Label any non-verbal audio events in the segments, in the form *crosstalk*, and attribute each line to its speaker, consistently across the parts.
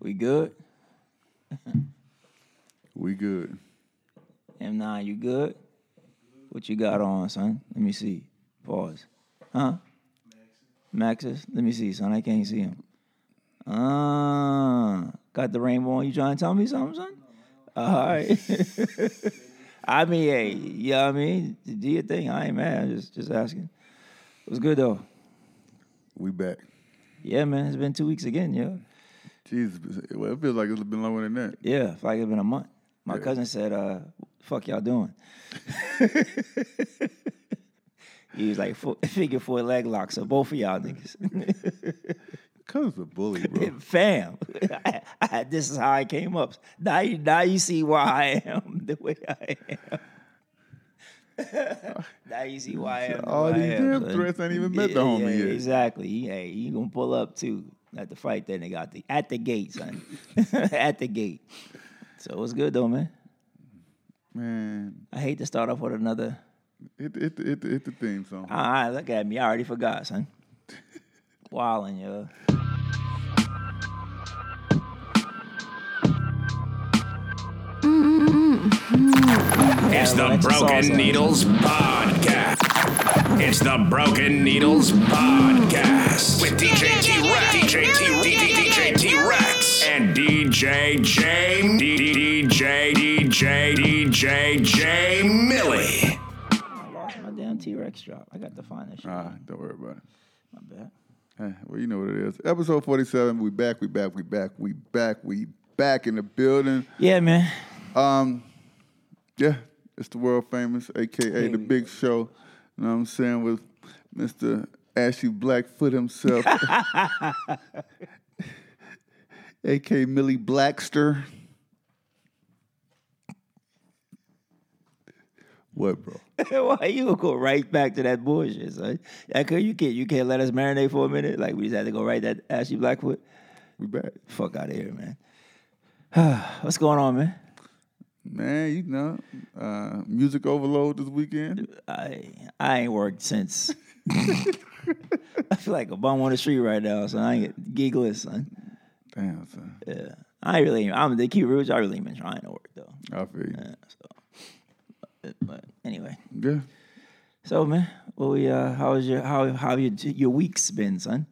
Speaker 1: We good?
Speaker 2: We good.
Speaker 1: M9, you good? What you got on, son? Let me see. Pause. Huh? Maxis? Let me see, son. I can't see him. Ah, got the rainbow on. You trying to tell me something, son? All right. *laughs* I mean, hey, you know what I mean? Do your thing. I ain't mad. I'm just, just asking. It was good, though.
Speaker 2: We back.
Speaker 1: Yeah, man. It's been two weeks again, yeah.
Speaker 2: Jeez, well, it feels like it's been longer than that.
Speaker 1: Yeah, it's like it's been a month. My cousin said, uh, fuck y'all doing?
Speaker 2: *laughs*
Speaker 1: he was like, four, *laughs* figure four leg lock, so both of y'all niggas. *laughs*
Speaker 2: Cause a bully, bro.
Speaker 1: Fam, *laughs* I, I, this is how I came up. Now you, now you see why I am *laughs* the way I
Speaker 2: *laughs*
Speaker 1: am. now you see why I am. the
Speaker 2: All
Speaker 1: way I
Speaker 2: these
Speaker 1: am,
Speaker 2: damn
Speaker 1: son.
Speaker 2: threats ain't even met the
Speaker 1: Yeah,
Speaker 2: homie
Speaker 1: yeah,
Speaker 2: yet.
Speaker 1: Exactly. He, hey, he gonna pull up too at the fight. Then they got the at the gate, son. *laughs* at the gate. So it's good though, man.
Speaker 2: Man,
Speaker 1: I hate to start off with another.
Speaker 2: hit, hit, hit, hit the theme song.
Speaker 1: Ah, ah, look at me. I already forgot, son. *laughs* Wildin', yo.
Speaker 3: It's
Speaker 1: Yeah,
Speaker 3: the
Speaker 1: that's a song,
Speaker 3: Broken
Speaker 1: son.
Speaker 3: Needles Podcast. It's the Broken Needles Podcast with DJ T Rex, DJ T DJ T Rex, and DJ J D- DJ DJ DJ J Millie.
Speaker 1: I lost my damn T Rex drop. I got to find that shit.
Speaker 2: Ah, don't worry about it.
Speaker 1: My bad.
Speaker 2: Eh, well, you know what it is. Episode 47. We back, we back, we back, we back, we back in the building.
Speaker 1: Yeah, man. *laughs*
Speaker 2: Yeah, it's the world famous, aka the big show. You know what I'm saying? With Mr. Ashy Blackfoot himself. *laughs* AK Millie Blackster. What, bro?
Speaker 1: Why you gonna go right back to that bullshit, son? That could you can't you can't let us marinate for a minute. Like we just had to go right that Ashley Blackwood.
Speaker 2: We back.
Speaker 1: Fuck out of here, man. *sighs* What's going on, man?
Speaker 2: Man, you know, uh, music overload this weekend.
Speaker 1: I I ain't worked since. *laughs* I feel like a bum on the street right now, so I ain't gigless, son.
Speaker 2: Damn, son.
Speaker 1: Yeah, I ain't really. I'm the key rules. I really been trying to work though.
Speaker 2: I feel you.
Speaker 1: Yeah, so, but, but anyway,
Speaker 2: Yeah.
Speaker 1: so man, well, we uh, how's your how how your your week's been, son?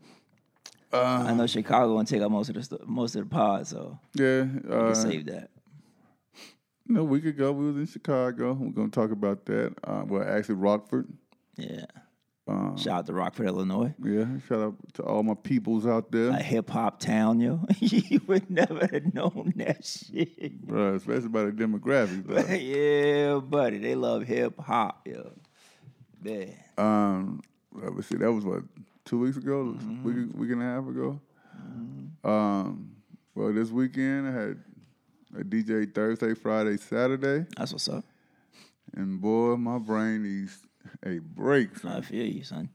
Speaker 1: I know Chicago gonna take up most of the st- most of the pod, so
Speaker 2: Yeah. Uh,
Speaker 1: we'll save that.
Speaker 2: you know, a week ago, we was in Chicago. We're going to talk about that. Uh, well, actually, Rockford.
Speaker 1: Yeah. Shout out to Rockford, Illinois,
Speaker 2: Yeah, shout out to all my peoples out there,
Speaker 1: a hip hop town, yo. *laughs* you would never have known that shit. *laughs*
Speaker 2: Bruh, especially by the demographics. though.
Speaker 1: yeah, buddy, they love hip hop, yo. Man,
Speaker 2: um, let me see, that was what two weeks ago,
Speaker 1: Mm-hmm.
Speaker 2: week, week and a half ago. Um, well, this weekend I had a DJ Thursday, Friday, Saturday,
Speaker 1: that's what's up.
Speaker 2: and boy, my brain needs a break. son.
Speaker 1: I feel you, son.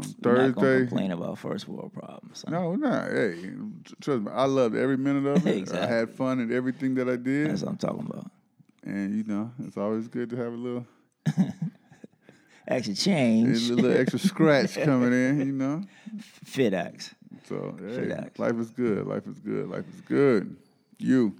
Speaker 1: We're Not gonna
Speaker 2: Thursday.
Speaker 1: complain about first world problems, son.
Speaker 2: No, no, hey, tr- trust me, I loved every minute of it. I had
Speaker 1: Exactly.
Speaker 2: fun in everything that I did.
Speaker 1: That's what I'm talking about.
Speaker 2: and you know, it's always good to have
Speaker 1: *laughs*
Speaker 2: a little
Speaker 1: Actually,
Speaker 2: a
Speaker 1: change
Speaker 2: little
Speaker 1: *laughs*
Speaker 2: extra scratch coming in, you know.
Speaker 1: fit acts.
Speaker 2: So hey,
Speaker 1: Chillax.
Speaker 2: life is good. Life is good. Life is good. You.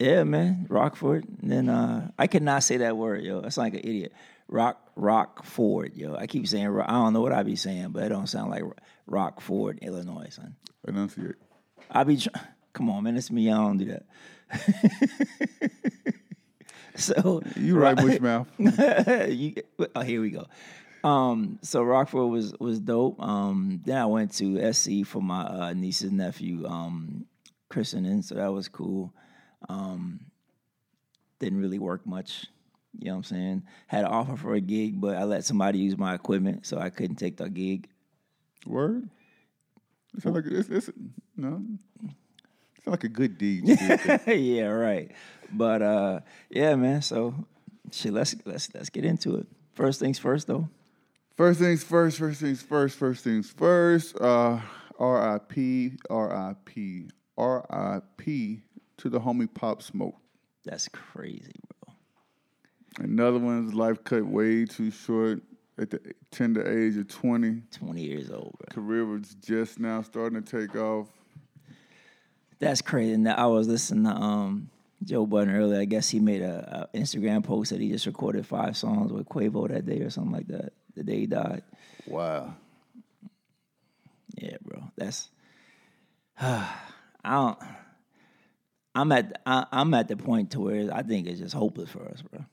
Speaker 1: Yeah, man, Rockford. And then uh, I cannot say that word, yo. That's like an idiot. Rock, Rockford, yo. I keep saying, Ro- I don't know what I be saying, but it don't sound like Ro- Rockford, Illinois, son.
Speaker 2: Enunciate.
Speaker 1: I be, try- *laughs* come on, man, it's me. I don't do that. *laughs* so
Speaker 2: You right, Bushmouth.
Speaker 1: *laughs* you, oh, here we go. Um, so Rockford was was dope. Um, then I went to SC for my uh, niece and nephew um, christening, so that was cool. Um, didn't really work much. You know what I'm saying? Had an offer for a gig, but I let somebody use my equipment, so I couldn't take the gig. *laughs*
Speaker 2: Word. It sound like it's, it's no. It's like a good deed. you did
Speaker 1: *laughs*
Speaker 2: there.
Speaker 1: yeah, right. But uh, yeah, man. So shit, let's let's let's get into it. First things first, though.
Speaker 2: first things first. First things first. First things first. Uh, R.I.P. R.I.P. R.I.P. to the homie Pop Smoke.
Speaker 1: That's crazy, bro.
Speaker 2: Another one's life cut way too short at the tender age of twenty.
Speaker 1: Twenty years old, bro.
Speaker 2: Career was just now starting to take off.
Speaker 1: That's crazy. And I was listening to um, Joe Budden earlier. I guess he made a, a Instagram post that he just recorded five songs with Quavo that day or something like that. The day he died.
Speaker 2: Wow.
Speaker 1: Yeah, bro. That's *sighs* I don't. I'm at I, I'm at the point to where I think it's just hopeless for us, bro.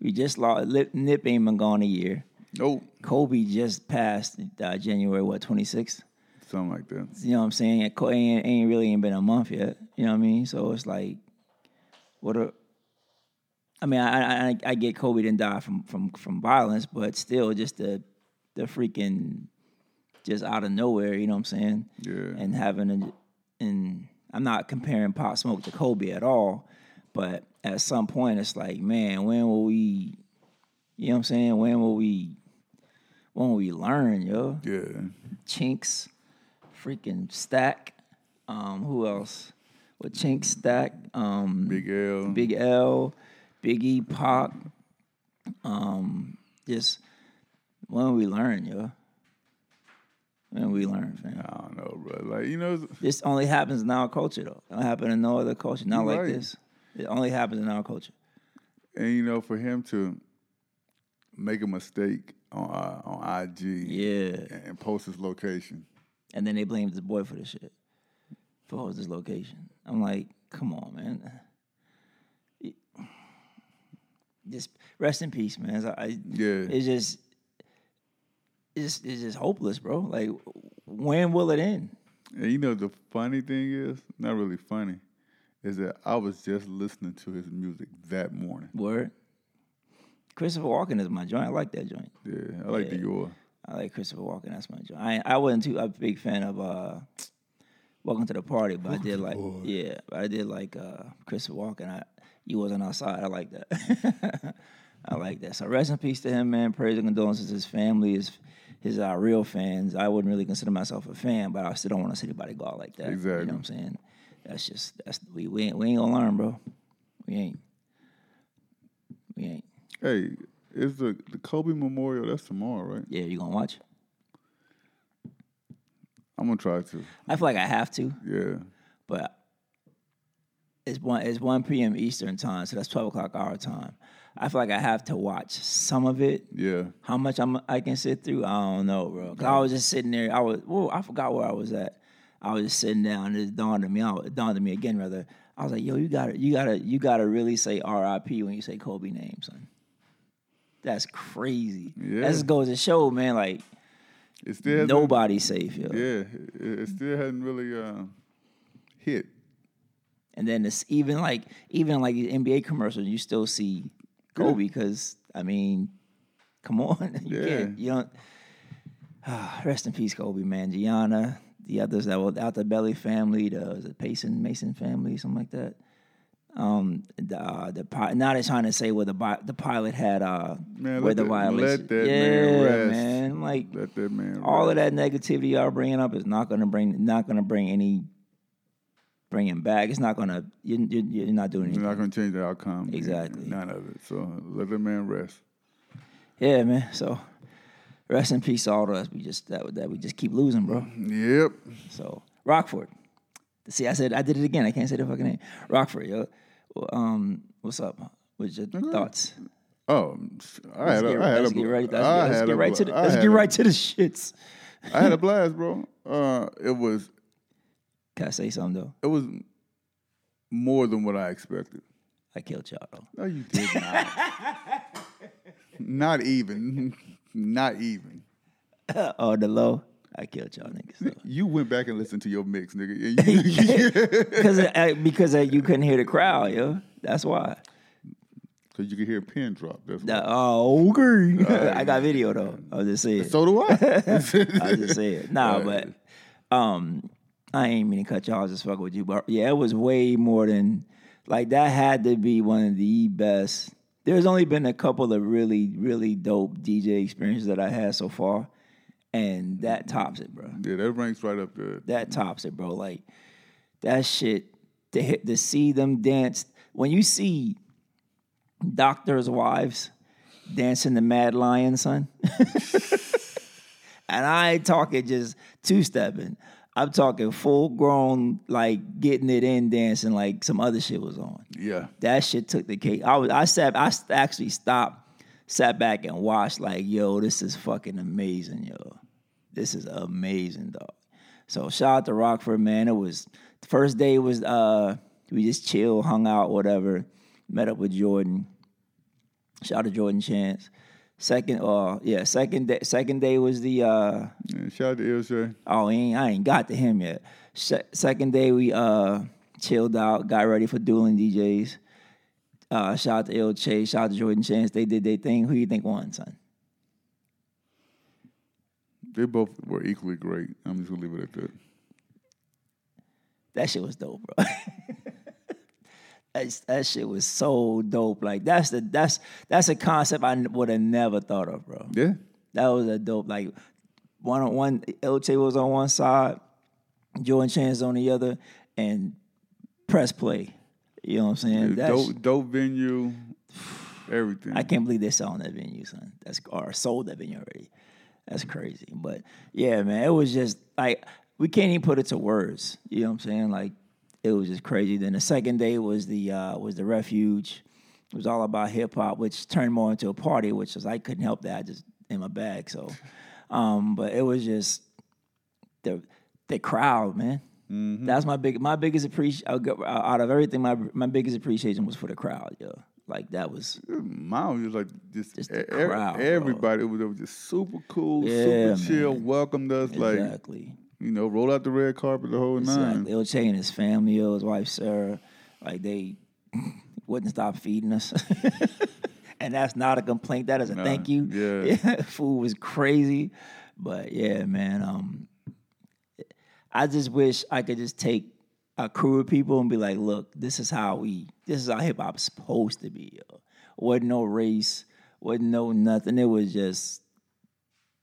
Speaker 1: We just lost. Lip, Nip ain't been gone a year.
Speaker 2: Nope.
Speaker 1: Kobe just passed uh, January what 26th.
Speaker 2: Something like that.
Speaker 1: You know what I'm saying? It co- ain't, ain't really ain't been a month yet. You know what I mean? So it's like, what a. I mean, I I, I- I get Kobe didn't die from from from violence, but still, just the the freaking just out of nowhere. You know what I'm saying?
Speaker 2: Yeah.
Speaker 1: And having a and I'm not comparing Pop Smoke to Kobe at all, but at some point, it's like, man, when will we? You know what I'm saying? When will we? When will we learn, yo?
Speaker 2: Yeah.
Speaker 1: Chinks, freaking Stack. Um, who else? Well, Chinks, Stack, um,
Speaker 2: Big L.
Speaker 1: Big L, Biggie, Pop. Um, just when we learn, yo. When we learn, fam.
Speaker 2: I don't know, bro. Like you know, it's-
Speaker 1: This only happens in our culture, though. It don't happen in no other culture. Not
Speaker 2: You
Speaker 1: like
Speaker 2: right.
Speaker 1: this. It only happens in our culture.
Speaker 2: and you know, for him to make a mistake on uh, on IG,
Speaker 1: Yeah.
Speaker 2: and, and post his location.
Speaker 1: And then they blamed the boy for the shit. For his dislocation. I'm like, come on, man. Just rest in peace, man. It's- I-
Speaker 2: Yeah.
Speaker 1: It's just it's it's just hopeless, bro. Like when will it end?
Speaker 2: And you know the funny thing is, not really funny, is that I was just listening to his music that morning.
Speaker 1: Word. Christopher Walken is my joint. I like that joint.
Speaker 2: Yeah, I like the Dior.
Speaker 1: I like Christopher Walken. That's my joint. I I wasn't too a big fan of uh, Welcome to the Party, but I did like yeah, but I did like uh, Christopher Walken. I you wasn't outside. I like that. *laughs* I like that. So rest in peace to him, man. Praise and condolences to his family, his his uh, real fans. I wouldn't really consider myself a fan, but I still don't want to see anybody go out like that. You
Speaker 2: Exactly.
Speaker 1: know what I'm saying? That's just that's we we ain't, we ain't gonna learn, bro. We ain't. We ain't.
Speaker 2: Hey, it's the the Kobe Memorial. That's tomorrow, right?
Speaker 1: Yeah, you gonna watch?
Speaker 2: I'm gonna try to.
Speaker 1: I feel like I have to.
Speaker 2: Yeah,
Speaker 1: but it's one it's one p.m. Eastern time, so that's twelve o'clock our time. I feel like I have to watch some of it.
Speaker 2: yeah.
Speaker 1: How much I'm I can sit through, I don't know, bro. 'Cause I was just sitting there. I was whoa, I forgot where I was at. I was just sitting down. And it dawned on me. out- It dawned on me again, rather. I was like, yo, you gotta, you gotta, you gotta really say R.I.P. when you say Kobe name, son. That's crazy.
Speaker 2: Yeah.
Speaker 1: That just goes to show, man. Like
Speaker 2: It still hasn't,
Speaker 1: nobody's safe, yo.
Speaker 2: Yeah, it, it still hasn't really um, hit.
Speaker 1: And then it's even like even like these NBA commercials, you still see Kobe because I mean, come on, *laughs* you
Speaker 2: Yeah.
Speaker 1: can't you don't. *sighs* rest in peace, Kobe, man. Gianna, the others that were out the Belly family, the was it Payson Mason family, something like that. Um, the uh, the pi- now they're trying to say where the bi- the pilot had uh
Speaker 2: Man,
Speaker 1: where
Speaker 2: let
Speaker 1: the
Speaker 2: that-
Speaker 1: violation.
Speaker 2: let that
Speaker 1: yeah,
Speaker 2: man rest.
Speaker 1: man. I'm Like
Speaker 2: Let that man.
Speaker 1: all of that
Speaker 2: rest.
Speaker 1: negativity y'all bringing up is not gonna bring not gonna bring any bringing back. It's not gonna you you you're not doing anything.
Speaker 2: You're not gonna change the outcome.
Speaker 1: Exactly.
Speaker 2: None of it. So let that man rest.
Speaker 1: Yeah, man. So rest in peace to all of us. We just that that we just keep losing, bro.
Speaker 2: Yep.
Speaker 1: So Rockford. See, I said I did it again. I can't say the fucking name. Rockford, yo. Um, what's up? What's your thoughts?
Speaker 2: Oh, Mm-hmm. I
Speaker 1: Let's
Speaker 2: had
Speaker 1: get,
Speaker 2: a, I had
Speaker 1: let's
Speaker 2: a,
Speaker 1: get right. Let's,
Speaker 2: I
Speaker 1: get, let's
Speaker 2: had
Speaker 1: get
Speaker 2: a
Speaker 1: right
Speaker 2: bl-
Speaker 1: to the.
Speaker 2: I
Speaker 1: Let's
Speaker 2: had
Speaker 1: get
Speaker 2: a-
Speaker 1: right to the shits.
Speaker 2: I had a blast, bro. Uh, it was
Speaker 1: Can I say something though?
Speaker 2: it was more than what I expected.
Speaker 1: I killed y'all though.
Speaker 2: No, you did not.
Speaker 1: *laughs*
Speaker 2: not even. Not even.
Speaker 1: Oh, the low. I killed y'all niggas. Though.
Speaker 2: You went back and listened to your
Speaker 1: *laughs*
Speaker 2: mix, nigga. And you-
Speaker 1: because uh, because uh, you couldn't hear the crowd, yo. That's why.
Speaker 2: Cause you could hear a pin drop. That's why.
Speaker 1: Uh, oh, okay. *laughs* I got video though. I was just saying.
Speaker 2: So do
Speaker 1: I
Speaker 2: I.
Speaker 1: was just saying. Nah, but um, I ain't mean to cut y'all. I was just fucking with you, but yeah, it was way more than like that. Had to be one of the best. There's only been a couple of really really dope DJ experiences that I had so far, and that tops it, bro.
Speaker 2: *laughs* yeah, that ranks right up there.
Speaker 1: That tops it, bro. Like that shit to hit to see them dance when you see doctors' wives dancing the Mad Lion, son. *laughs* and I ain't talking just two stepping. I'm talking full grown, like getting it in dancing, like some other shit was on.
Speaker 2: Yeah.
Speaker 1: That shit took the cake. I was, I sat, I st- actually stopped, sat back and watched. Like, yo, this is fucking amazing, yo. This is amazing, dog. So shout out to Rockford, man. It was the first day was uh we just chill, hung out, whatever. Met up with Jordan. Shout out to Jordan Chance. Second, uh, yeah, second day, second day was the uh
Speaker 2: Yeah, shout out to Ilshay.
Speaker 1: Oh, he ain't, I ain't got to him yet. Se- second day, we uh chilled out, got ready for dueling DJs. Uh, shout out to Il Chase, shout out to Jordan Chance. They did their thing. Who you think won, son?
Speaker 2: They both were equally great. I'm just gonna leave it at that.
Speaker 1: That shit was dope, bro. *laughs* That's, that shit was so dope. Like that's the that's that's a concept I would have never thought of, bro.
Speaker 2: Yeah.
Speaker 1: That was a dope. Like one on one, LT was on one side, Jordan Chance on the other, and press play. You know what I'm saying? That's-
Speaker 2: dope, dope venue. Everything.
Speaker 1: I can't believe they're selling that venue, son. That's or sold that venue already. That's crazy. But yeah, man, it was just like we can't even put it to words. You know what I'm saying? Like it was just crazy. Then the second day was the uh, was the refuge. It was all about hip hop, which turned more into a party, which was I couldn't help that. I just in my bag. So, um, but it was just the the crowd, man. That's my big my biggest appreciation out of everything. My my biggest appreciation was for the crowd, yo. Like that was
Speaker 2: Mine was like just,
Speaker 1: Just the
Speaker 2: e- e-
Speaker 1: crowd, bro.
Speaker 2: everybody was, was just super cool,
Speaker 1: Yeah,
Speaker 2: super chill, welcomed us like
Speaker 1: exactly.
Speaker 2: you know, rolled out the red carpet the whole
Speaker 1: Exactly.
Speaker 2: nine.
Speaker 1: Il Che and his family, yo, his wife Sarah, like they *laughs* wouldn't stop feeding us. *laughs* and that's not a complaint. That is a thank you.
Speaker 2: yeah.
Speaker 1: *laughs* Food was crazy. But yeah, man. Um I just wish I could just take a crew of people and be like, look, this is how we this is how hip hop's supposed to be, yo. Wasn't no race, wasn't no nothing. It was just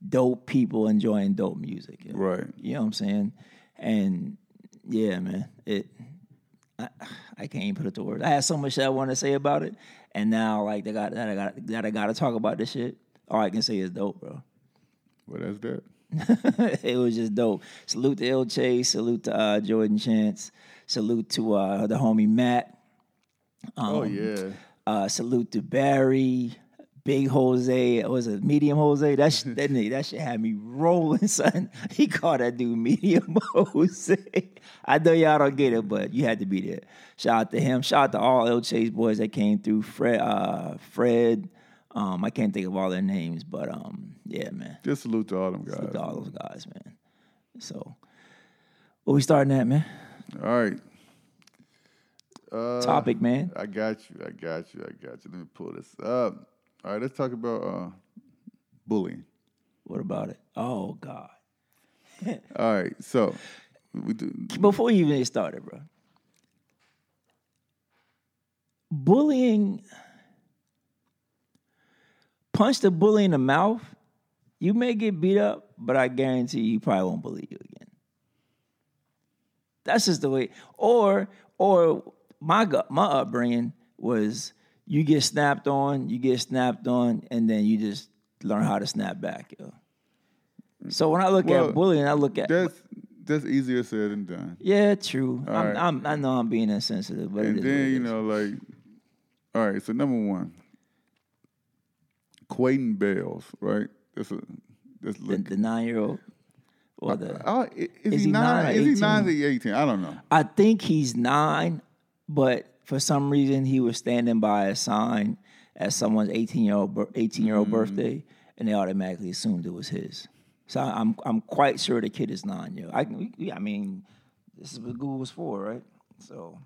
Speaker 1: dope people enjoying dope music. yo.
Speaker 2: Right.
Speaker 1: You know what I'm saying? And yeah, man, it. I, I can't even put it to words. I had so much that I want to say about it, and now like they got that I got that I got to talk about this shit. All I can say is dope, bro. *laughs*
Speaker 2: Well, that's that.
Speaker 1: it was just dope. Salute to Il Chase. Salute to uh, Jordan Chance. Salute to uh, the homie Matt. Um,
Speaker 2: oh yeah.
Speaker 1: Uh, salute to Barry, Big Jose. Was it Medium Jose? That sh- that nigga, that shit had me rolling, *laughs* son. He called that dude Medium *laughs* Jose. I know y'all don't get it, but you had to be there. Shout out to him. Shout out to all El Chase boys that came through. Fred, uh, Fred. Um, I can't think of all their names, but um, yeah, man.
Speaker 2: Just salute to all them guys.
Speaker 1: Salute to all those guys, man. So, what we starting at, man?
Speaker 2: All right.
Speaker 1: Topic, man.
Speaker 2: I got you. I got you. I got you. Let me pull this up. All right, let's talk about uh, bullying.
Speaker 1: What about it? Oh God.
Speaker 2: All right, so we do.
Speaker 1: before you even get started, bro. Bullying, punch the bully in the mouth. You may get beat up, but I guarantee you, he probably won't bully you again. That's just the way. Or, or my gu- my upbringing was you get snapped on, you get snapped on, and then you just learn how to snap back. Yo. So when I look
Speaker 2: Well,
Speaker 1: at bullying, I look at
Speaker 2: That's that's easier said than done.
Speaker 1: yeah, true. I'm,
Speaker 2: right.
Speaker 1: I'm, I know I'm being insensitive, but it
Speaker 2: And
Speaker 1: is what it
Speaker 2: then you
Speaker 1: is.
Speaker 2: know, like, all right. So number one, Quayton Bales, right? That's a that's
Speaker 1: the,
Speaker 2: look.
Speaker 1: the nine year old or the.
Speaker 2: Oh, i- is,
Speaker 1: Is
Speaker 2: he,
Speaker 1: he
Speaker 2: nine?
Speaker 1: nine or
Speaker 2: is he
Speaker 1: 18?
Speaker 2: nine? Or is he eighteen? I don't know.
Speaker 1: I think he's nine, but for some reason he was standing by a sign at someone's 18 year old 18 year old
Speaker 2: Mm-hmm.
Speaker 1: birthday, and they automatically assumed it was his. So I- I'm I'm quite sure the kid is nine. Yo, I can- we- I mean, this is what Google was for, right? So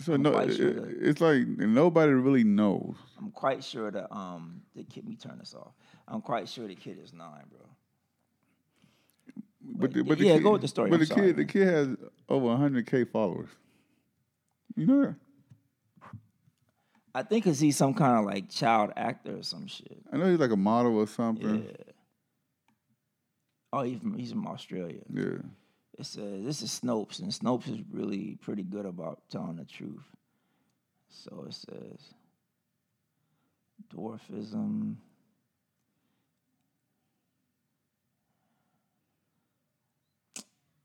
Speaker 2: So no,
Speaker 1: quite
Speaker 2: it-
Speaker 1: sure
Speaker 2: it-
Speaker 1: that-
Speaker 2: it's like nobody really knows.
Speaker 1: I'm quite sure the um the kid. We turn this off. I'm quite sure the kid is nine, bro.
Speaker 2: But the, but the
Speaker 1: yeah,
Speaker 2: kid,
Speaker 1: go with the story.
Speaker 2: But
Speaker 1: I'm
Speaker 2: the
Speaker 1: sorry,
Speaker 2: kid, the
Speaker 1: man.
Speaker 2: kid has over hundred k followers. You know that?
Speaker 1: I think cause he's some kind of like child actor or some shit.
Speaker 2: I know he's like a model or something.
Speaker 1: Oh, he's from, he's from Australia.
Speaker 2: Yeah.
Speaker 1: It says this is Snopes, and Snopes is really pretty good about telling the truth. So it says dwarfism.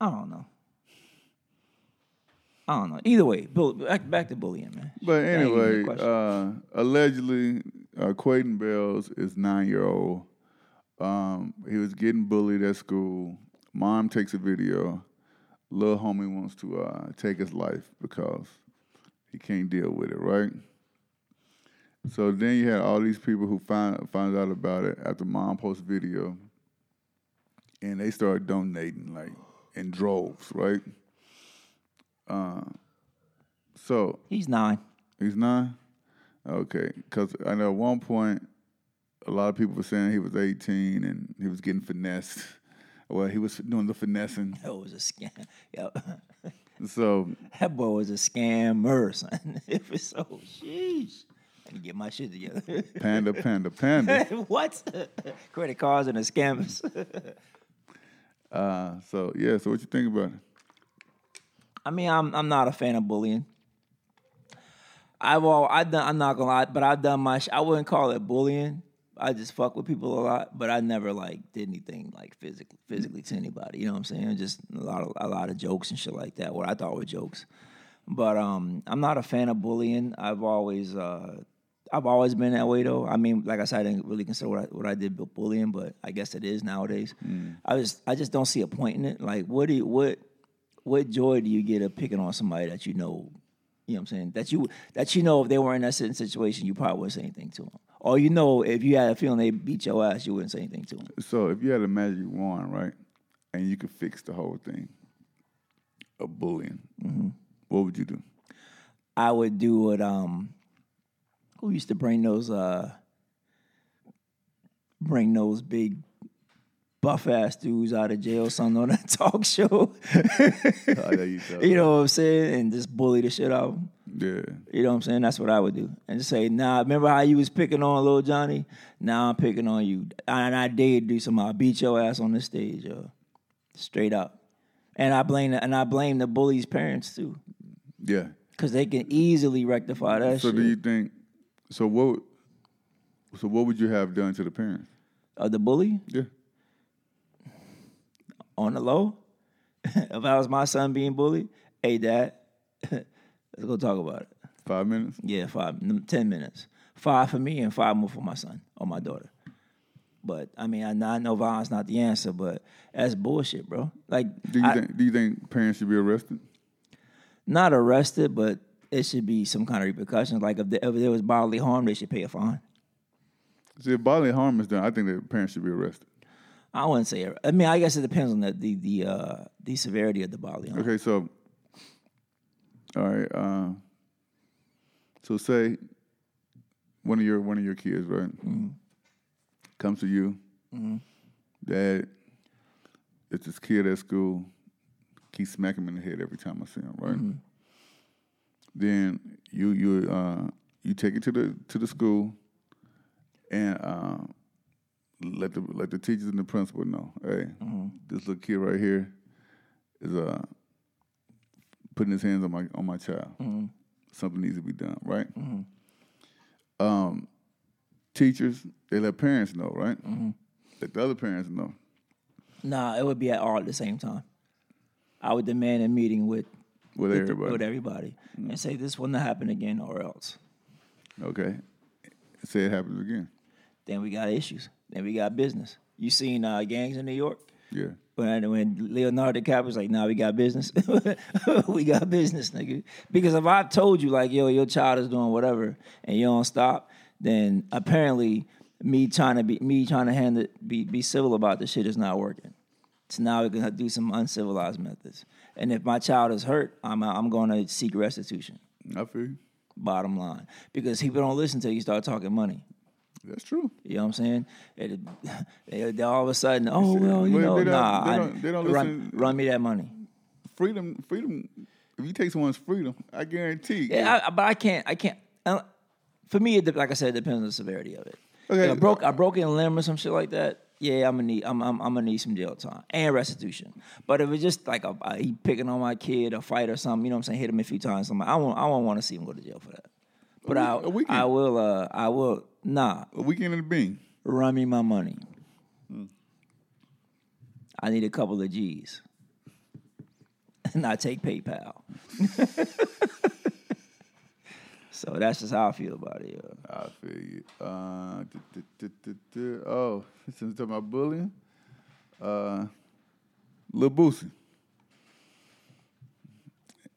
Speaker 1: I don't know. I don't know. Either way, bull, back, back to bullying, man.
Speaker 2: But
Speaker 1: That ain't even a
Speaker 2: anyway,
Speaker 1: question.
Speaker 2: uh, allegedly, uh, Quaden Bells is nine year old. Um, he was getting bullied at school. Mom takes a video. Little homie wants to uh, take his life because he can't deal with it, right? So then you had all these people who find find out about it after mom posts video, and they start donating like in droves, right? Uh, so
Speaker 1: he's nine.
Speaker 2: He's nine. Okay, because I know at one point, a lot of people were saying he was eighteen and he was getting finessed. *laughs* Well, he was doing the finessing.
Speaker 1: That was a scam. *laughs* Yo,
Speaker 2: So
Speaker 1: that boy was a scammer, son. *laughs* It was so sheesh. I need to get my shit together. *laughs*
Speaker 2: panda, panda, panda. *laughs*
Speaker 1: what? *laughs* Credit cards and the *laughs* scammers.
Speaker 2: Uh, so yeah. So what you think about it?
Speaker 1: I mean, I'm I'm not a fan of bullying. I've all I done. I'm not gonna lie, but I've done my. Sh- I wouldn't call it bullying. I just fuck with people a lot, but I never like did anything like physically physically to anybody. You know what I'm saying? Just a lot of a lot of jokes and shit like that. What I thought were jokes, but um, I'm not a fan of bullying. I've always uh, I've always been that way though. I mean, like I said, I didn't really consider what I, what I did bu- bullying, but I guess it is nowadays. I just I just don't see a point in it. Like, what do you, what what joy do you get of picking on somebody that you know, you know what I'm saying? That you that you know if they were in that certain situation, you probably wouldn't say anything to them. Or you know if you had a feeling they beat your ass, you wouldn't say anything to them.
Speaker 2: So if you had a magic wand, right, and you could fix the whole thing of bullying, what would you do?
Speaker 1: I would do what um who used to bring those uh bring those big buff ass dudes out of jail, son on that *laughs* talk show.
Speaker 2: *laughs* Oh, there you go.
Speaker 1: you know what I'm saying? And just bully the shit out of them.
Speaker 2: *laughs* Yeah.
Speaker 1: You know what I'm saying? That's what I would do. And just say, nah, remember how you was picking on little Johnny? Now I'm picking on you. And I did do something. I beat your ass on the stage, yo. Straight up. And I blame the, and I blame the bully's parents too.
Speaker 2: Yeah.
Speaker 1: Cause they can easily rectify that
Speaker 2: So
Speaker 1: shit
Speaker 2: do you think? So what? So what would you have done to the parents?
Speaker 1: of the bully
Speaker 2: Yeah.
Speaker 1: on the low. *laughs* if I was my son being bullied, hey dad, *laughs* let's go talk about it.
Speaker 2: Five minutes.
Speaker 1: Yeah, five, n- ten minutes. Five for me and five more for my son or my daughter. But I mean, I, know- I know violence not the answer, but that's bullshit, bro. Like,
Speaker 2: Do you
Speaker 1: I-
Speaker 2: think? Do you think parents should be arrested?
Speaker 1: not arrested, but it should be some kind of repercussions. Like, if, the, if there was bodily harm, they should pay a fine.
Speaker 2: See, if bodily harm is done, I think the parents should be arrested.
Speaker 1: I wouldn't say. I mean, I guess it depends on the the the, uh, the severity of the bodily harm.
Speaker 2: Okay, so, all right. Uh, so say one of your one of your kids, right, comes to you, dad. It's this kid at school. Keep smacking him in the head every time I see him, right? Then you you uh, you take it to the to the school, and. Uh, let the let the teachers and the principal know. Hey, this little kid right here is uh putting his hands on my on my child. Something needs to be done, right? Um, teachers they let parents know, right? Let the other parents know.
Speaker 1: Nah, it would be at all at the same time. I would demand a meeting with
Speaker 2: With
Speaker 1: with,
Speaker 2: everybody.
Speaker 1: with everybody and say this will not happen again, or else.
Speaker 2: Okay. Say it happens again.
Speaker 1: Then we got issues. Then we got business. You seen uh, gangs in New York?
Speaker 2: Yeah.
Speaker 1: When, when Leonardo DiCaprio's like, nah, we got business. *laughs* we got business, nigga. Because if I've told you, like, yo, your child is doing whatever and you don't stop, then apparently me trying to be me trying to handle be be civil about this shit is not working. So now we're gonna do some uncivilized methods. And if my child is hurt, I'm I'm gonna seek restitution.
Speaker 2: I feel you.
Speaker 1: Bottom line. Because people don't listen till you start talking money.
Speaker 2: That's true.
Speaker 1: You know what I'm saying? It, *laughs* they, they all of a sudden, oh well, you know,
Speaker 2: Well, they don't-
Speaker 1: nah,
Speaker 2: they
Speaker 1: I-
Speaker 2: don't- they don't
Speaker 1: run,
Speaker 2: listen-
Speaker 1: run me that money.
Speaker 2: Freedom freedom if you take someone's freedom, I guarantee
Speaker 1: Yeah, I, but I can't, I can't. I, for me, it, de- like I said, it depends on the severity of it.
Speaker 2: Okay.
Speaker 1: If I broke, I broke a limb or some shit like that. Yeah, I'm gonna need, I'm, I'm, I'm gonna need some jail time and restitution. But if it's just like a, a- he picking on my kid, a fight or something, you know what I'm saying? Hit him a few times. Something, I won't, I won't want to see him go to jail for that. But
Speaker 2: we-
Speaker 1: I,
Speaker 2: a weekend.
Speaker 1: I will, uh, I will, nah,
Speaker 2: a weekend in the being.
Speaker 1: run me my money. I need a couple of G's. *laughs* and I take PayPal. *laughs* so that's just how I feel about it. Yo.
Speaker 2: I feel you. Uh, duh, duh, duh, duh, duh. Oh, *laughs* since we're talking about bullying, uh, Lil Boosie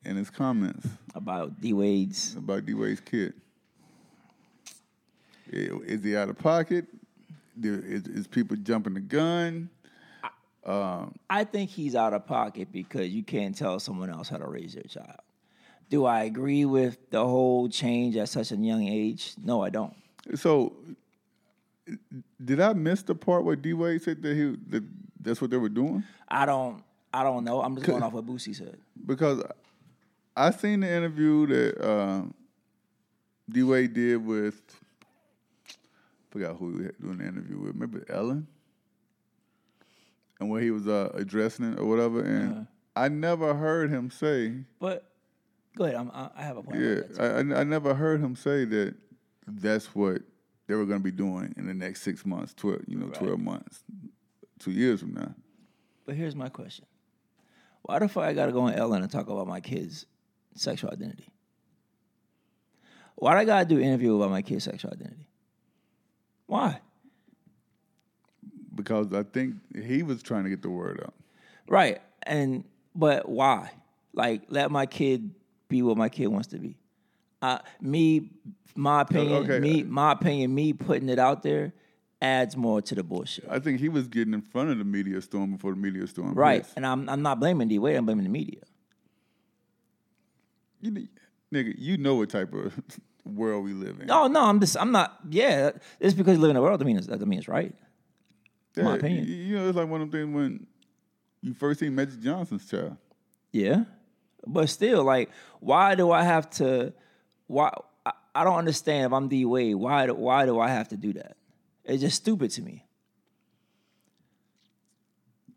Speaker 2: and his comments
Speaker 1: About D Wade's
Speaker 2: about D Wade's kid. I- Is he out of pocket? Do- Is, is people jumping the gun?
Speaker 1: I think he's out of pocket because you can't tell someone else how to raise their child. Do I agree with the whole change at such a young age? No, I don't.
Speaker 2: So, did I miss the part where D Wade said that he that that's what they were doing?
Speaker 1: I don't. I don't know. I'm just going off what Boosie said.
Speaker 2: Because I seen the interview that uh, D Wade did with forgot who he was doing the interview with. Remember Ellen, and where he was uh, addressing it or whatever. And I never heard him say,
Speaker 1: But go ahead. I'm, I I have a point.
Speaker 2: yeah,
Speaker 1: about that.
Speaker 2: I, I I never heard him say that that's what they were going to be doing in the next six months, twelve you know twelve months, two years from now.
Speaker 1: But here's my question: Why the fuck I gotta go on Ellen and talk about my kids' sexual identity? Why do I gotta do an interview about my kids' sexual identity? Why?
Speaker 2: Because I think he was trying to get the word out.
Speaker 1: Right. And but why? Like let my kid be what my kid wants to be. Uh, me, my opinion,
Speaker 2: okay.
Speaker 1: me, my opinion, me putting it out there adds more to the bullshit.
Speaker 2: I think he was getting in front of the media storm before the media storm.
Speaker 1: Right.
Speaker 2: hits.
Speaker 1: And I'm I'm not blaming D Wade. I'm blaming the media.
Speaker 2: You, kn- nigga, you know what type of *laughs* world we live in.
Speaker 1: Oh no, I'm just I'm not. Yeah, it's because you live in the world. That means that means right.
Speaker 2: Yeah,
Speaker 1: my opinion.
Speaker 2: You, you know, it's like one of them things when you first seen Magic Johnson's child.
Speaker 1: Yeah. But still, like, why do I have to? Why I, I don't understand if I'm D Wade. Why do, why do I have to do that? It's just stupid to me.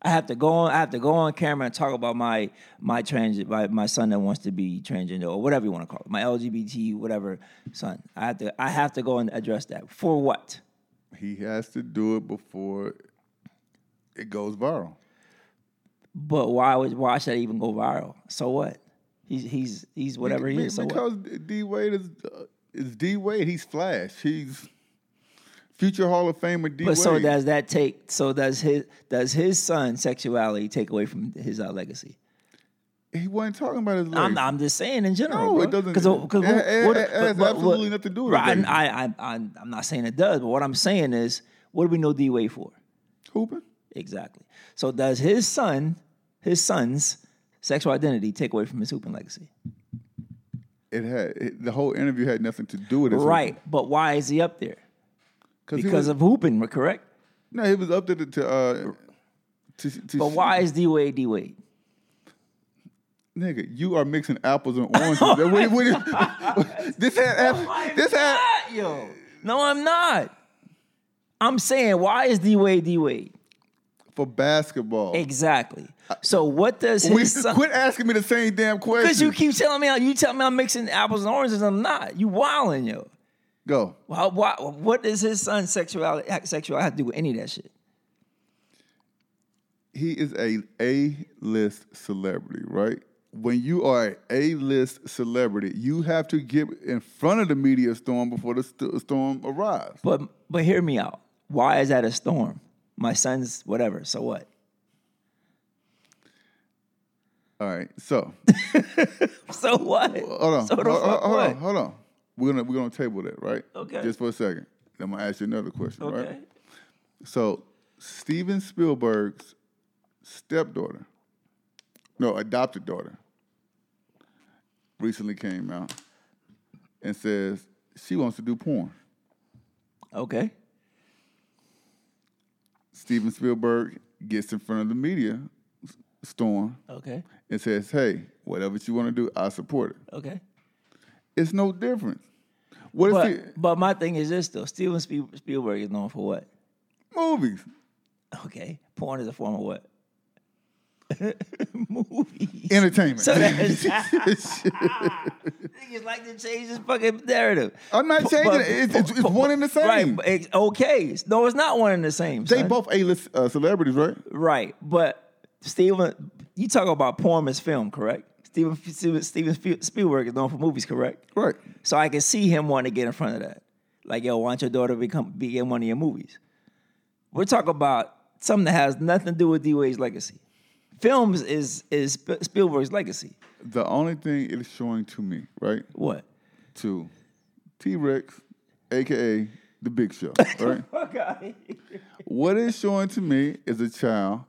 Speaker 1: I have to go on. I have to go on camera and talk about my my trans my, my son that wants to be transgender or whatever you want to call it, my LGBT whatever son. I have to I have to go and address that for what?
Speaker 2: He has to do it before it goes viral.
Speaker 1: But why would why should I even go viral? So what? He's he's he's whatever he
Speaker 2: Be-
Speaker 1: is. So what?
Speaker 2: because D Wade is uh, is D Wade. He's Flash. He's future Hall of Famer. D
Speaker 1: But
Speaker 2: Wade.
Speaker 1: so does that take? So does his does his son's sexuality take away from his uh, legacy?
Speaker 2: he wasn't talking about his. Legs.
Speaker 1: I'm, I'm just saying in general.
Speaker 2: No,
Speaker 1: bro.
Speaker 2: it doesn't.
Speaker 1: Cause, 'cause
Speaker 2: It-
Speaker 1: what-
Speaker 2: it-
Speaker 1: what-
Speaker 2: it has
Speaker 1: but-
Speaker 2: absolutely nothing to do with
Speaker 1: Right,
Speaker 2: it.
Speaker 1: I, I, I, I'm not saying it does, but what I'm saying is, what do we know D Wade for?
Speaker 2: hooping.
Speaker 1: Exactly. So does his son, his son's sexual identity take away from his hooping legacy?
Speaker 2: It had it, the whole interview had nothing to do with it.
Speaker 1: right. But why is he up there?
Speaker 2: he
Speaker 1: Because
Speaker 2: was-
Speaker 1: of hooping, correct?
Speaker 2: No, he was up to the, to, uh, to, to
Speaker 1: But why is D Wade D Wade?
Speaker 2: nigga? You are mixing apples and oranges. That- what- what- *laughs* this had app- this had
Speaker 1: yo. *laughs* No, I'm not. I'm saying why is D Wade D Wade?
Speaker 2: for basketball.
Speaker 1: Exactly. So what does his
Speaker 2: *laughs* We,
Speaker 1: son?
Speaker 2: quit asking me the same damn question.
Speaker 1: Because you keep telling me you tell me I'm mixing apples and oranges. I'm not. You wilding yo.
Speaker 2: Go.
Speaker 1: Why, why, what does his son's sexuality sexuality have to do with any of that shit?
Speaker 2: He is a A list celebrity, right? When you are a A list celebrity, you have to get in front of the media storm before the st- storm arrives.
Speaker 1: But but hear me out. Why is that a storm? My son's whatever. So what? *laughs*
Speaker 2: All right, so
Speaker 1: So what?
Speaker 2: hold on,
Speaker 1: So the
Speaker 2: hold,
Speaker 1: fuck
Speaker 2: hold- hold
Speaker 1: what?
Speaker 2: on, hold on. We're gonna we're gonna table that, right?
Speaker 1: Okay.
Speaker 2: Just for a second. I'm gonna ask you another question,
Speaker 1: Okay.
Speaker 2: right? So Steven Spielberg's stepdaughter, no, adopted daughter, recently came out and says she wants to do porn.
Speaker 1: Okay.
Speaker 2: Steven Spielberg gets in front of the media s- storm
Speaker 1: Okay.
Speaker 2: and says, "Hey, whatever you want to do, I support it."
Speaker 1: Okay.
Speaker 2: It's no different. What if
Speaker 1: But
Speaker 2: it-
Speaker 1: but my thing is this though. Steven Spiel- Spielberg is known for what?
Speaker 2: movies?
Speaker 1: Okay, porn is a form of what? *laughs* Movies.
Speaker 2: Entertainment.
Speaker 1: So
Speaker 2: *laughs*
Speaker 1: that's niggas like to change this fucking narrative.
Speaker 2: I'm not
Speaker 1: But-
Speaker 2: changing
Speaker 1: but-
Speaker 2: it. It's, it's, it's one and the same.
Speaker 1: Right. but it's- Okay. No, it's not one and the same.
Speaker 2: They
Speaker 1: son.
Speaker 2: both A-list uh, celebrities, right?
Speaker 1: Right. But Steven you talk about porn as film, correct? Steven, Steven, Steven Spiel- Spielberg is known for movies, correct?
Speaker 2: Right.
Speaker 1: So I can see him wanting to get in front of that. Like, yo, why don't your daughter become be in one of your movies? We're talking about something that has nothing to do with D Wade's legacy. Films is is Sp- Spielberg's legacy.
Speaker 2: The only thing it is showing to me, right,
Speaker 1: What?
Speaker 2: to T Rex, aka the Big Show, right?
Speaker 1: *laughs* Okay.
Speaker 2: What it's showing to me is a child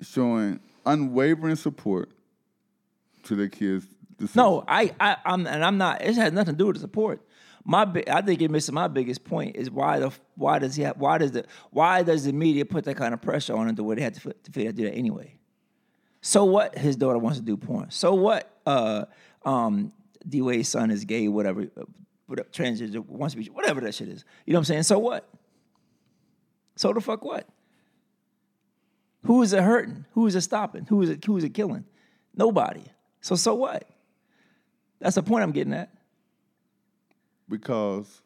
Speaker 2: showing unwavering support to their kids. decisions.
Speaker 1: No, I, I, I'm, and I'm not. It has nothing to do with the support. My, bi- I think you're missing my biggest point is why the, why does he, have, why does the, why does the media put that kind of pressure on him the way they had to, fi- to figure out to do that anyway? So what? His daughter wants to do porn. So what? Uh, um, D Wade's son is gay, whatever, uh, what- transgender, wants to be, whatever that shit is. You know what I'm saying? So what? So the fuck what? Who is it hurting? Who is it stopping? Who is it? Who is it killing? Nobody. So so what? That's the point I'm getting at.
Speaker 2: because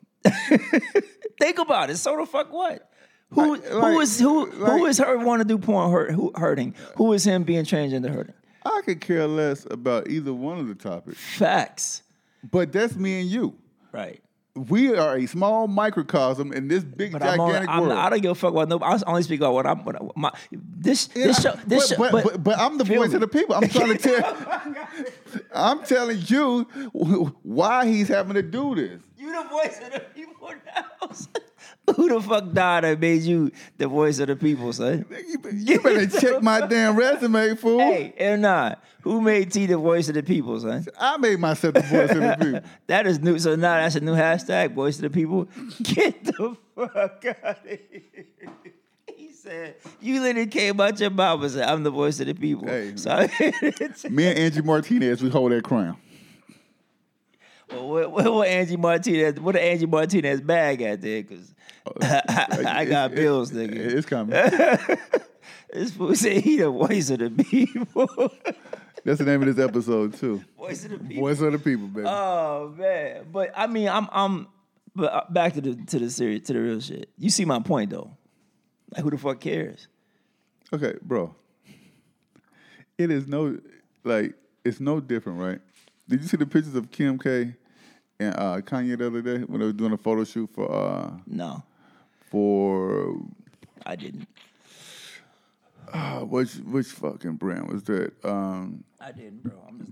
Speaker 1: Think about it. So the fuck what? Who
Speaker 2: Like-
Speaker 1: who is who who
Speaker 2: like-
Speaker 1: is her wanting to do porn hurt, who, hurting? Who is him being transgender hurting?
Speaker 2: I could care less about either one of the topics.
Speaker 1: Facts.
Speaker 2: But that's me and you.
Speaker 1: Right.
Speaker 2: We are a small microcosm in this big
Speaker 1: But I'm on,
Speaker 2: gigantic
Speaker 1: I'm,
Speaker 2: world.
Speaker 1: I don't give a fuck about no. I only speak about what I'm. What I, my, this this
Speaker 2: Yeah,
Speaker 1: show. This
Speaker 2: but,
Speaker 1: show.
Speaker 2: but, but, but I'm the
Speaker 1: feel
Speaker 2: voice of
Speaker 1: me.
Speaker 2: the people.
Speaker 1: *laughs*
Speaker 2: I'm trying to tell. I'm telling you wh- why he's having to do this.
Speaker 1: you the voice of the people now. *laughs* who the fuck died that made you the voice of the people, son?
Speaker 2: You be- You better check my damn resume, fool.
Speaker 1: Hey, and not who made T the voice of the people, son?
Speaker 2: I made myself the voice of the people.
Speaker 1: That is new. So now that's a new hashtag, voice of the people. *laughs* Get the fuck out of here. He said, You literally came out your mouth and said, I'm the voice of the people.
Speaker 2: Hey.
Speaker 1: So *laughs* I-
Speaker 2: Me and Angie Martinez, we hold that crown.
Speaker 1: well, what, what, what Angie Martinez, what an Angie Martinez bag at there? Because *laughs* I got
Speaker 2: It's-
Speaker 1: bills,
Speaker 2: it's-
Speaker 1: nigga.
Speaker 2: It's coming.
Speaker 1: this fool said he the voice of the people. *laughs*
Speaker 2: That's the name of this episode too.
Speaker 1: voice of the people.
Speaker 2: Voice of the people, baby.
Speaker 1: Oh man, but I mean, I'm, I'm, but uh, back to the to the serious to the real shit. You see my point though. Like, who the fuck cares?
Speaker 2: Okay, bro. It is no like it's no different, right? Did you see the pictures of Kim K and uh, Kanye the other day when they were doing a photo shoot for uh
Speaker 1: No,
Speaker 2: for
Speaker 1: I didn't.
Speaker 2: uh, which which fucking brand was that? Um
Speaker 1: I didn't, bro. I'm just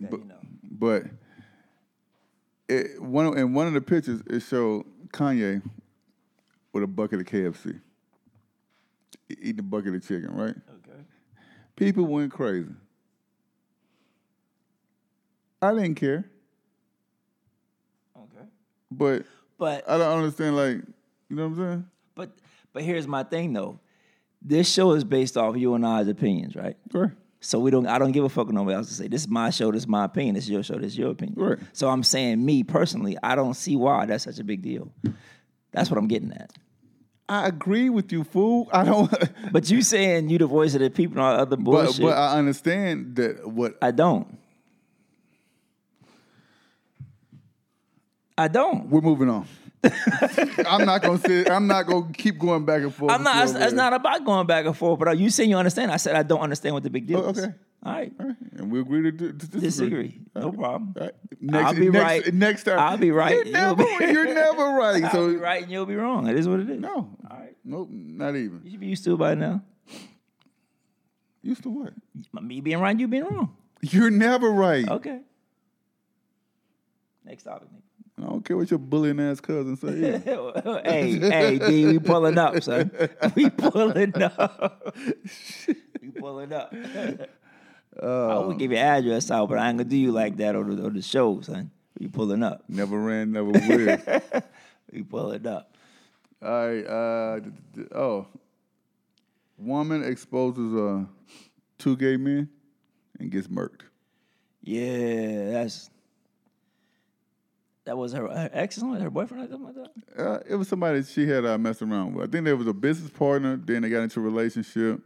Speaker 1: letting you know.
Speaker 2: but it one of- in one of the pictures it showed Kanye with a bucket of KFC. e- Eating a bucket of chicken, right?
Speaker 1: Okay.
Speaker 2: People went crazy. I didn't care,
Speaker 1: Okay.
Speaker 2: but
Speaker 1: But
Speaker 2: I don't understand. Like, you know what I'm saying?
Speaker 1: but but here's my thing though. This show is based off you and I's opinions, right?
Speaker 2: Right.
Speaker 1: So we don't. I don't give a fuck what nobody else to say. This is my show. This is my opinion. This is your show. This is your opinion.
Speaker 2: Right.
Speaker 1: So I'm saying, me personally, I don't see why that's such a big deal. That's what I'm getting at.
Speaker 2: I agree with you, fool. I don't, *laughs*
Speaker 1: But you saying you the voice of the people and all that other
Speaker 2: but
Speaker 1: bullshit.
Speaker 2: but I understand that what
Speaker 1: I don't. I don't.
Speaker 2: we're moving on. *laughs* I'm not gonna sit. I'm not gonna keep going back and forth.
Speaker 1: I'm not. It's,
Speaker 2: until
Speaker 1: it's not about going back and forth. But you saying you understand? I said I don't understand what the big deal
Speaker 2: Oh,
Speaker 1: is.
Speaker 2: okay.
Speaker 1: All right.
Speaker 2: All right, And we agree to, di- to disagree.
Speaker 1: Disagree. No problem.
Speaker 2: All right. Next,
Speaker 1: I'll be
Speaker 2: next,
Speaker 1: right.
Speaker 2: Next time,
Speaker 1: I'll be right.
Speaker 2: You're
Speaker 1: You'll
Speaker 2: never,
Speaker 1: be- *laughs*
Speaker 2: you're never right.
Speaker 1: I'll
Speaker 2: so
Speaker 1: be right and you'll be wrong. It is what it is.
Speaker 2: no,
Speaker 1: All right.
Speaker 2: nope, not even.
Speaker 1: You should be used to it by now.
Speaker 2: Used to what?
Speaker 1: Me being right, you being wrong.
Speaker 2: You're never right.
Speaker 1: Okay. Next topic. nigga.
Speaker 2: I don't care what your bullying ass cousin say. either.
Speaker 1: *laughs* hey, hey, D, we pulling up, son. *laughs* We pulling up. *laughs* we pulling up. *laughs* I
Speaker 2: Um.
Speaker 1: would give your address out, but I ain't gonna do you like that on the, on the show, son. We pulling up.
Speaker 2: never ran, never will.
Speaker 1: We pulling up.
Speaker 2: All right. Uh, d- d- d- oh, woman exposes uh, two gay men and gets murked.
Speaker 1: Yeah, that's that was her, her ex, or something, her boyfriend, or something like that.
Speaker 2: Uh, it was somebody she had uh, messed around with. I think there was a business partner. Then they got into a relationship.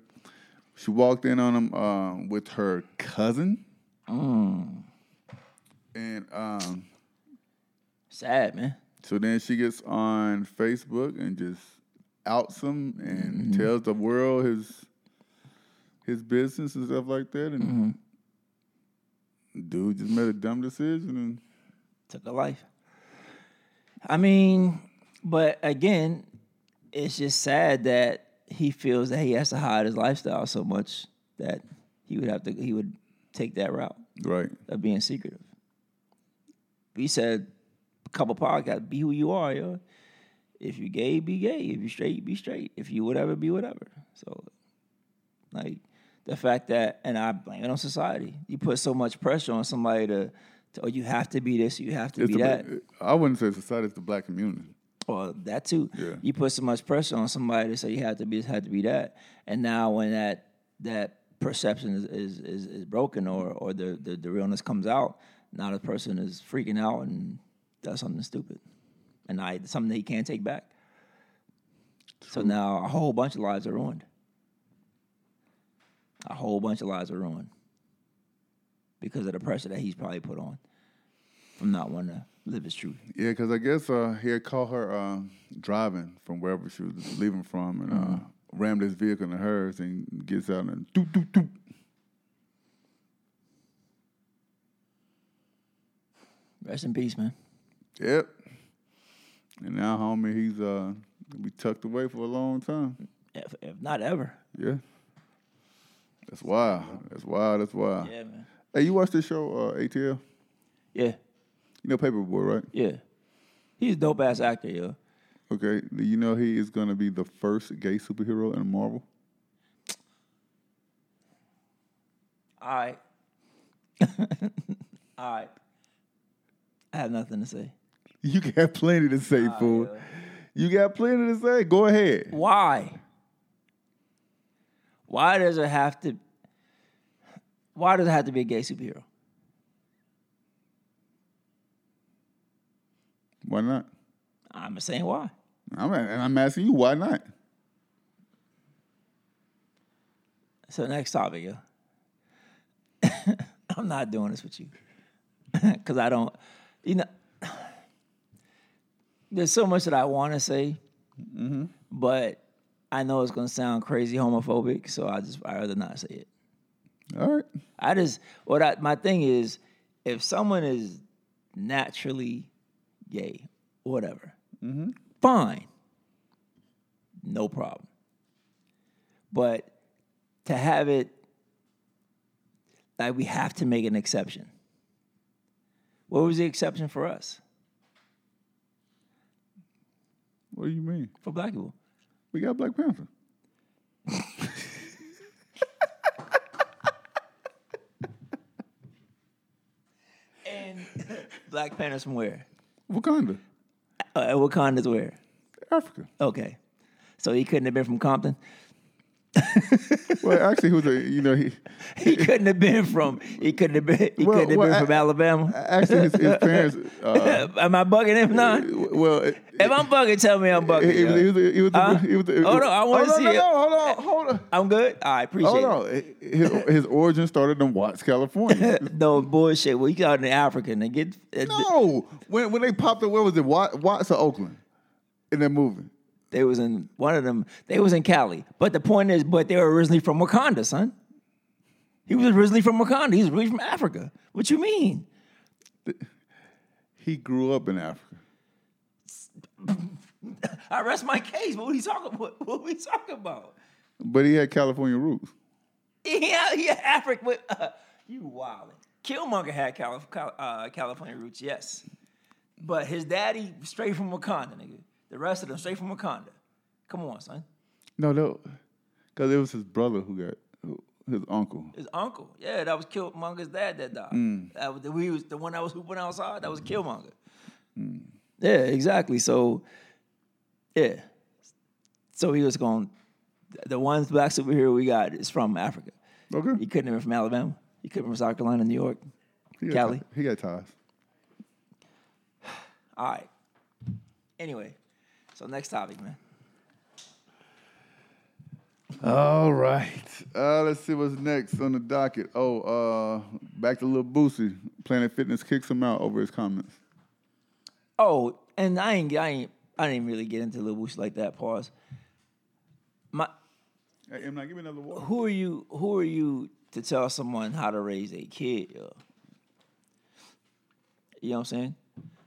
Speaker 2: She walked in on him um, with her cousin. And um,
Speaker 1: Sad man.
Speaker 2: so then she gets on Facebook and just outs him and tells the world his his business and stuff like that, and dude just made a dumb decision and
Speaker 1: took a life. I mean, but again, it's just sad that he feels that he has to hide his lifestyle so much that he would have to he would take that route
Speaker 2: right,
Speaker 1: of being secretive. We said a couple podcasts, be who you are, yo. If you gay, be gay. If you straight, be straight. If you whatever, be whatever. So like the fact that and I blame it on society. You put so much pressure on somebody to, to oh you have to be this, you have to
Speaker 2: It's
Speaker 1: be
Speaker 2: the-
Speaker 1: that.
Speaker 2: I wouldn't say society; it's the black community.
Speaker 1: Well, that too.
Speaker 2: Yeah.
Speaker 1: You put so much pressure on somebody to say you have to be this, have to be that, and now when that that perception is is, is, is broken or or the, the the realness comes out, now the person is freaking out and does something stupid, and I something that he can't take back. So now a whole bunch of lives are ruined. A whole bunch of lives are ruined because of the pressure that he's probably put on from not wanting to live his truth.
Speaker 2: Yeah, because I guess uh, he had caught her uh, driving from wherever she was leaving from and uh, rammed his vehicle into hers and gets out and doop, doop, doop.
Speaker 1: Rest in peace, man.
Speaker 2: Yep. And now, homie, he's uh, gonna be tucked away for a long time.
Speaker 1: if, if not ever.
Speaker 2: Yeah. That's wild. That's wild. That's wild.
Speaker 1: Yeah, man.
Speaker 2: Hey, you watch this show, uh, ATL?
Speaker 1: Yeah,
Speaker 2: You know Paperboy, right?
Speaker 1: yeah. He's a dope ass actor, yo.
Speaker 2: Okay. Do you know he is going to be the first gay superhero in Marvel? *laughs*
Speaker 1: All *laughs* right. All right. I have nothing to say.
Speaker 2: You got plenty to say, fool. You got plenty to say. Go ahead.
Speaker 1: Why? Why does it have to? Why does it have to be a gay superhero?
Speaker 2: Why not?
Speaker 1: I'm just saying why.
Speaker 2: I'm, and I'm asking you, why not?
Speaker 1: So next topic, yo. *laughs* I'm not doing this with you *laughs* because I don't. You know, *sighs* there's so much that I want to say, but I know it's gonna sound crazy homophobic, so I just I rather not say it.
Speaker 2: All right.
Speaker 1: I just what I my thing is if someone is naturally gay, whatever,
Speaker 2: Mm-hmm.
Speaker 1: fine, no problem. But to have it like we have to make an exception. What was the exception for us
Speaker 2: What do you mean?
Speaker 1: for black people?
Speaker 2: We got Black Panther.
Speaker 1: And Black Panthers from where?
Speaker 2: Wakanda.
Speaker 1: Uh, Wakanda's where?
Speaker 2: Africa.
Speaker 1: Okay, so he couldn't have been from Compton. *laughs*
Speaker 2: Well, actually, he was a, you know, he,
Speaker 1: He couldn't have been from. He couldn't have been. He
Speaker 2: Well,
Speaker 1: couldn't have
Speaker 2: well,
Speaker 1: been
Speaker 2: I-
Speaker 1: from Alabama.
Speaker 2: actually, his, his parents,
Speaker 1: *laughs*
Speaker 2: uh,
Speaker 1: Am I bugging him
Speaker 2: *laughs*
Speaker 1: now?
Speaker 2: well, it,
Speaker 1: If I'm bugging, tell me I'm bugging.
Speaker 2: it, it was,
Speaker 1: yo.
Speaker 2: it was,
Speaker 1: Huh?
Speaker 2: it was, it was
Speaker 1: Hold on, I wanna
Speaker 2: oh, no,
Speaker 1: see
Speaker 2: no,
Speaker 1: it.
Speaker 2: No, hold on, hold on.
Speaker 1: I'm good. I appreciate
Speaker 2: Hold
Speaker 1: it.
Speaker 2: on. His, his origin started in Watts,
Speaker 1: *laughs*
Speaker 2: California.
Speaker 1: No bullshit. Well, you out in Africa and get.
Speaker 2: no, when when they popped up, where was it? Watts, Watts or Oakland? In that movie.
Speaker 1: They was in one of them. They was in Cali. But the point is, but they were originally from Wakanda, son. He was originally from Wakanda. He's originally from Africa. What you mean?
Speaker 2: He grew up in Africa.
Speaker 1: I rest my case. What we talking? What, what we talking about?
Speaker 2: But he had California roots.
Speaker 1: *laughs* Yeah, yeah, Africa. But, uh, you wildin'. Killmonger had Calif- Cal- uh, California roots, yes, but his daddy straight from Wakanda, nigga. The rest of them straight from Wakanda. Come on, son.
Speaker 2: No, no. Because it was his brother who got, who, his uncle.
Speaker 1: His uncle, yeah, that was Killmonger's dad that died. That was the, we was the one that was hooping outside. That was Killmonger. Mm. Yeah, exactly. So, yeah, so he was going. The one black superhero we got is from Africa.
Speaker 2: Okay.
Speaker 1: He couldn't have been from Alabama. He couldn't have been from South Carolina, New York.
Speaker 2: He got-
Speaker 1: Cali.
Speaker 2: He got ties.
Speaker 1: All right. Anyway, so next topic, man.
Speaker 2: All right. Uh, let's see what's next on the docket. Oh, uh, back to Lil Boosie. Planet Fitness kicks him out over his comments.
Speaker 1: Oh, and I ain't, I ain't, I didn't really get into Lil Boosie like that. Pause. My,
Speaker 2: Hey, I'm like, give me another water.
Speaker 1: who are you who are you to tell someone how to raise a kid yo? you know what i'm saying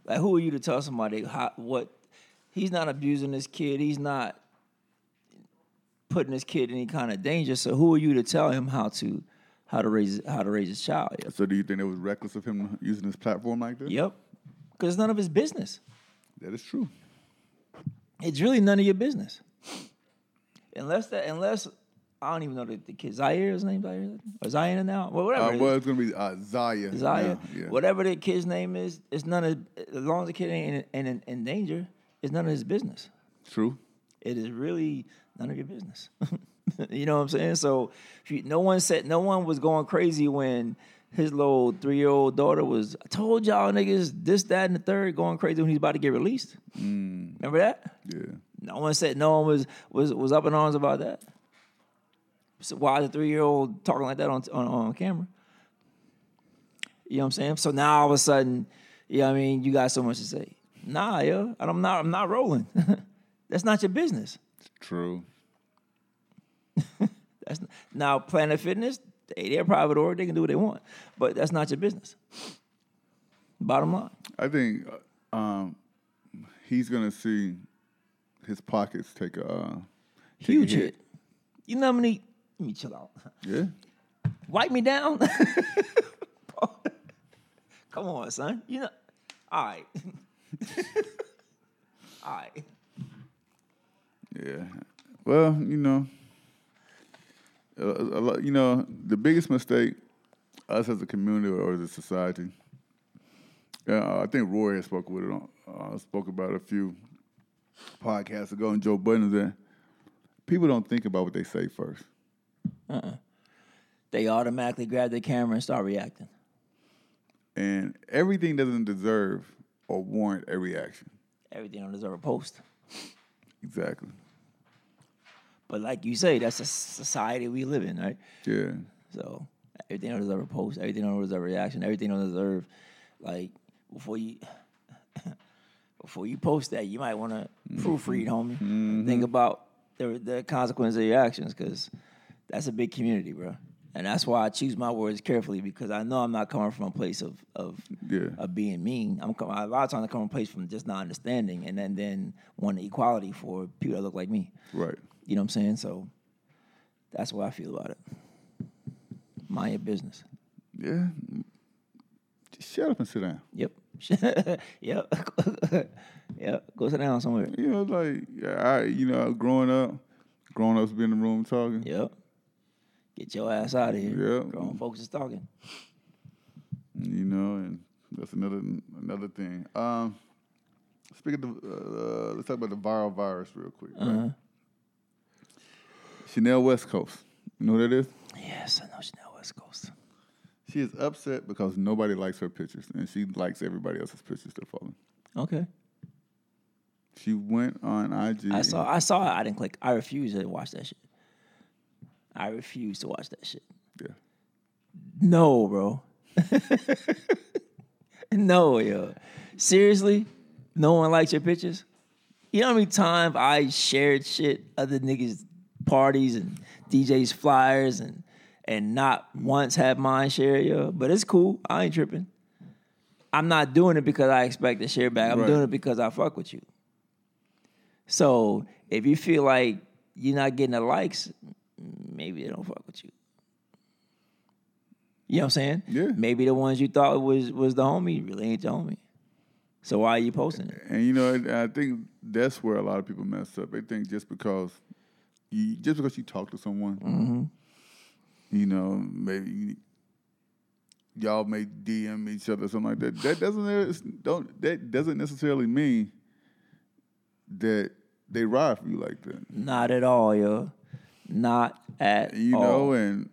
Speaker 1: like who are you to tell somebody how, what he's not abusing this kid he's not putting this kid in any kind of danger so who are you to tell him how to how to raise how to raise his child yo?
Speaker 2: So do you think it was reckless of him using his platform like that?
Speaker 1: yep because it's none of his business
Speaker 2: That is true.
Speaker 1: it's really none of your business unless that unless I don't even know the, the kid Zaire, his name Zaire, or Zion now, well, whatever.
Speaker 2: Uh,
Speaker 1: it is.
Speaker 2: well, it's gonna be uh, Zaya.
Speaker 1: Zaya,
Speaker 2: Yeah, yeah.
Speaker 1: whatever the kid's name is, it's none of as long as the kid ain't in, in, in danger, it's none of his business.
Speaker 2: True.
Speaker 1: It is really none of your business. *laughs* you know what I'm saying? So if you, no one said no one was going crazy when his little three year old daughter was. I told y'all niggas this, that, and the third going crazy when he's about to get released. Remember that?
Speaker 2: Yeah.
Speaker 1: No one said no one was was was up in arms about that. So why is a three year old talking like that on, on on camera? You know what I'm saying? So now all of a sudden, you know what I mean, you got so much to say. Nah, yo, I'm not I'm not rolling. *laughs* That's not your business.
Speaker 2: True.
Speaker 1: That's not, now Planet Fitness, they, they're a private org, they can do what they want, but that's not your business. Bottom line,
Speaker 2: I think uh, um, he's gonna see his pockets take a uh, take a
Speaker 1: huge hit. You know how many? Let me chill out. *laughs*
Speaker 2: Yeah.
Speaker 1: wipe me down. *laughs* Come on, son. You know, all right, *laughs* all right.
Speaker 2: Yeah. Well, you know, a, a lot, you know, the biggest mistake us as a community or as a society. Uh, I think Roy had spoke with it on, uh, spoke about it a few podcasts ago, and Joe Budden that people don't think about what they say first.
Speaker 1: They automatically grab the camera and start reacting.
Speaker 2: and everything doesn't deserve or warrant a reaction.
Speaker 1: Everything don't deserve a post.
Speaker 2: Exactly.
Speaker 1: But like you say, that's a society we live in, right?
Speaker 2: Yeah.
Speaker 1: So everything don't deserve a post. Everything don't deserve a reaction. Everything don't deserve like before you *laughs* before you post that, you might want to proofread, homie. Think about the the consequences of your actions because that's a big community, bro. And that's why I choose my words carefully because I know I'm not coming from a place of of,
Speaker 2: Yeah.
Speaker 1: of being mean. I'm com- a lot of times I come from a place from just not understanding and then then wanting equality for people that look like me.
Speaker 2: Right.
Speaker 1: You know what I'm saying? So that's what I feel about it. Mind your business.
Speaker 2: Yeah. Just shut up and sit down.
Speaker 1: Yep. *laughs* yep. *laughs* yep. Go sit down somewhere.
Speaker 2: You know, like I, you know, growing up, grown ups be in the room talking.
Speaker 1: Yep. Get your ass out of here.
Speaker 2: Yep.
Speaker 1: Grown folks is talking.
Speaker 2: You know, and that's another another thing. Um, speaking of, the- uh, let's talk about the viral virus real quick. right?
Speaker 1: Uh-huh.
Speaker 2: Chanel West Coast. You know who that is?
Speaker 1: Yes, I know Chanel West Coast.
Speaker 2: She is upset because nobody likes her pictures, and she likes everybody else's pictures they're following.
Speaker 1: Okay.
Speaker 2: She went on IG.
Speaker 1: I saw I saw it. I didn't click. I refuse to watch that shit. I refuse to watch that shit.
Speaker 2: Yeah.
Speaker 1: No, bro. *laughs* no, yo. Seriously? No one likes your pictures? You know how many times I shared shit, other niggas' parties and DJs' flyers and and not once had mine shared, yo. But it's cool. I ain't tripping. I'm not doing it because I expect to share back. I'm
Speaker 2: Right.
Speaker 1: doing it because I fuck with you. So if you feel like you're not getting the likes, maybe they don't fuck with you. You know what I'm saying?
Speaker 2: Yeah.
Speaker 1: Maybe the ones you thought was was the homie really ain't the homie. So why are you posting it?
Speaker 2: And you know, and I think that's where a lot of people mess up. They think just because you just because you talk to someone, you know, maybe you, y'all may DM each other something like that. That doesn't it's- don't that doesn't necessarily mean that they ride for you like that.
Speaker 1: Not at all, yo. Not at
Speaker 2: You
Speaker 1: all.
Speaker 2: know, and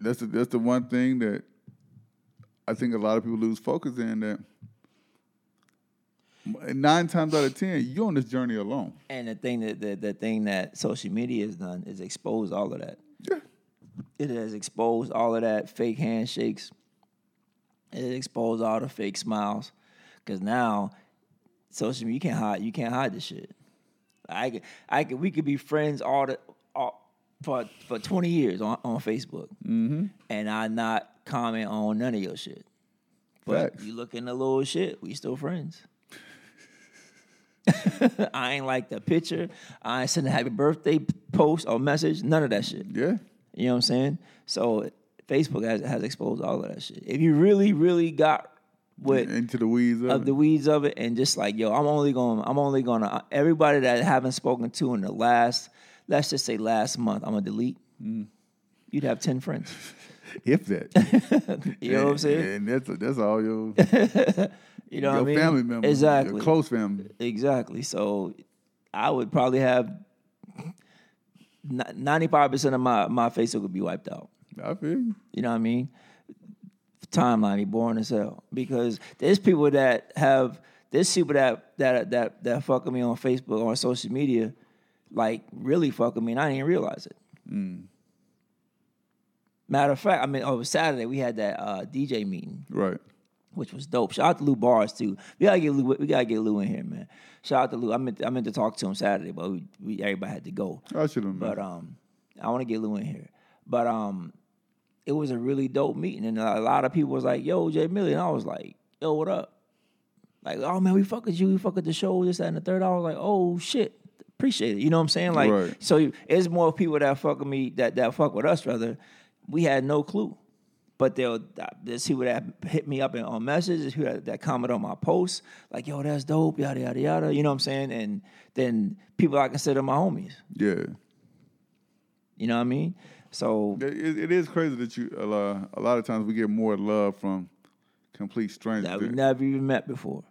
Speaker 2: that's the, that's the one thing that I think a lot of people lose focus in that nine times out of ten, you're on this journey alone.
Speaker 1: And the thing that the, the thing that social media has done is expose all of that.
Speaker 2: Yeah.
Speaker 1: It has exposed all of that fake handshakes. It has exposed all the fake smiles. Cause now social media you can't hide you can't hide this shit. I could, I could, we could be friends all the all, for for twenty years on, on Facebook,
Speaker 2: Mm-hmm.
Speaker 1: and I not comment on none of your shit. But
Speaker 2: Facts.
Speaker 1: you look in the little shit, we still friends. I ain't like the picture. I ain't sending happy birthday post or message. None of that shit.
Speaker 2: Yeah.
Speaker 1: You know what I'm saying? So Facebook has, has exposed all of that shit. If you really, really got what
Speaker 2: Into the weeds of,
Speaker 1: of the
Speaker 2: it.
Speaker 1: weeds of it and just like yo i'm only going to i'm only going to everybody that I haven't spoken to in the last let's just say last month i'm going to delete
Speaker 2: Mm.
Speaker 1: you'd have 10
Speaker 2: *laughs*
Speaker 1: friends
Speaker 2: if that.
Speaker 1: *laughs* you know what i'm saying
Speaker 2: And that's that's all your
Speaker 1: you know
Speaker 2: your
Speaker 1: what i mean
Speaker 2: family members,
Speaker 1: exactly
Speaker 2: your close family.
Speaker 1: exactly so i would probably have ni- 95% of my my facebook would be wiped out
Speaker 2: I feel you.
Speaker 1: You know what I mean? Timeline be boring as hell because there's people that have there's people that that that that fuck with me on Facebook or on social media, like really fuck with me, and I didn't even realize it. Matter of fact, I mean, over Saturday we had that uh, DJ meeting,
Speaker 2: right.
Speaker 1: which was dope. Shout out to Lou Bars too. We gotta get Lou. We gotta get Lou in here, man. Shout out to Lou. I meant I meant to talk to him Saturday, but we, we everybody had to go.
Speaker 2: I should have.
Speaker 1: But um, I want to get Lou in here. But um, it was a really dope meeting, and a lot of people was like, "Yo, Jay Millie," and I was like, "Yo, what up?" Like, "Oh man, we fuck with you. We fuck with the show. This that, and the third. I was like, "Oh shit, appreciate it." You know what I'm saying? Like,
Speaker 2: Right.
Speaker 1: so it's more people that fuck with me that that fuck with us rather. We had no clue. But they'll there's people that hit me up in, on messages, who that, that comment on my posts, like "Yo, that's dope," yada yada yada. You know what I'm saying? And then people I consider my homies.
Speaker 2: yeah.
Speaker 1: You know what I mean? So
Speaker 2: It, it- it is crazy that you a lot, a lot of times we get more love from complete strangers.
Speaker 1: that we
Speaker 2: than-
Speaker 1: never even met before.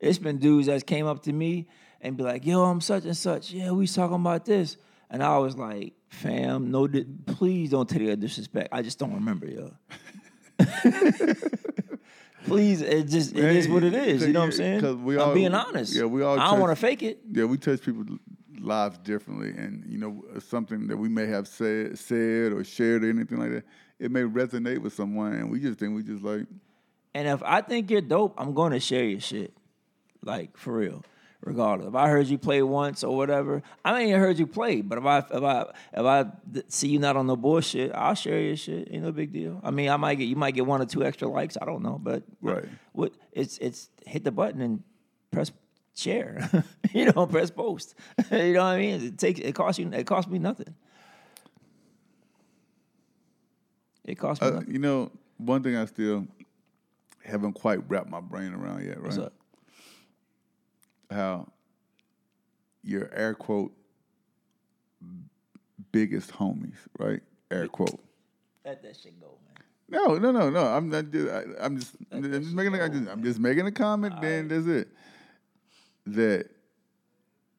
Speaker 1: It's been dudes that came up to me and be like, "Yo, I'm such and such. Yeah, we was talking about this," and I was like, "Fam, no, di- please don't take it as disrespect. I just don't remember,
Speaker 2: *laughs*
Speaker 1: yo. please, it just it is
Speaker 2: Man,
Speaker 1: what it is. You know what I'm
Speaker 2: 'cause
Speaker 1: saying?
Speaker 2: we
Speaker 1: I'm
Speaker 2: all-
Speaker 1: being honest.
Speaker 2: yeah, we all
Speaker 1: I don't
Speaker 2: touch-
Speaker 1: want to fake it.
Speaker 2: yeah, we touch people's lives differently, and you know uh, something that we may have said, said or shared or anything like that, it may resonate with someone, and we just think we just like
Speaker 1: And if I think you're dope, I'm going to share your shit. Like for real, regardless. If I heard you play once or whatever, I may even heard you play. But if I if I if I th- see you not on the bullshit, I'll share your shit. Ain't no big deal. I mean, I might get you might get one or two extra likes. I don't know, but
Speaker 2: Right.
Speaker 1: What it's it's hit the button and press share. *laughs* you know, press post. *laughs* you know what I mean? It takes it costs you it costs me nothing. It costs me
Speaker 2: Uh,
Speaker 1: nothing.
Speaker 2: you know, one thing I still haven't quite wrapped my brain around yet, right?
Speaker 1: What's up?
Speaker 2: How your air quote biggest homies, right? Air quote.
Speaker 1: Let that shit go, man.
Speaker 2: No, no, no, no. I'm not. Just, I, I'm just. I'm just making. A, I just, I'm just making a comment. Then that's it. That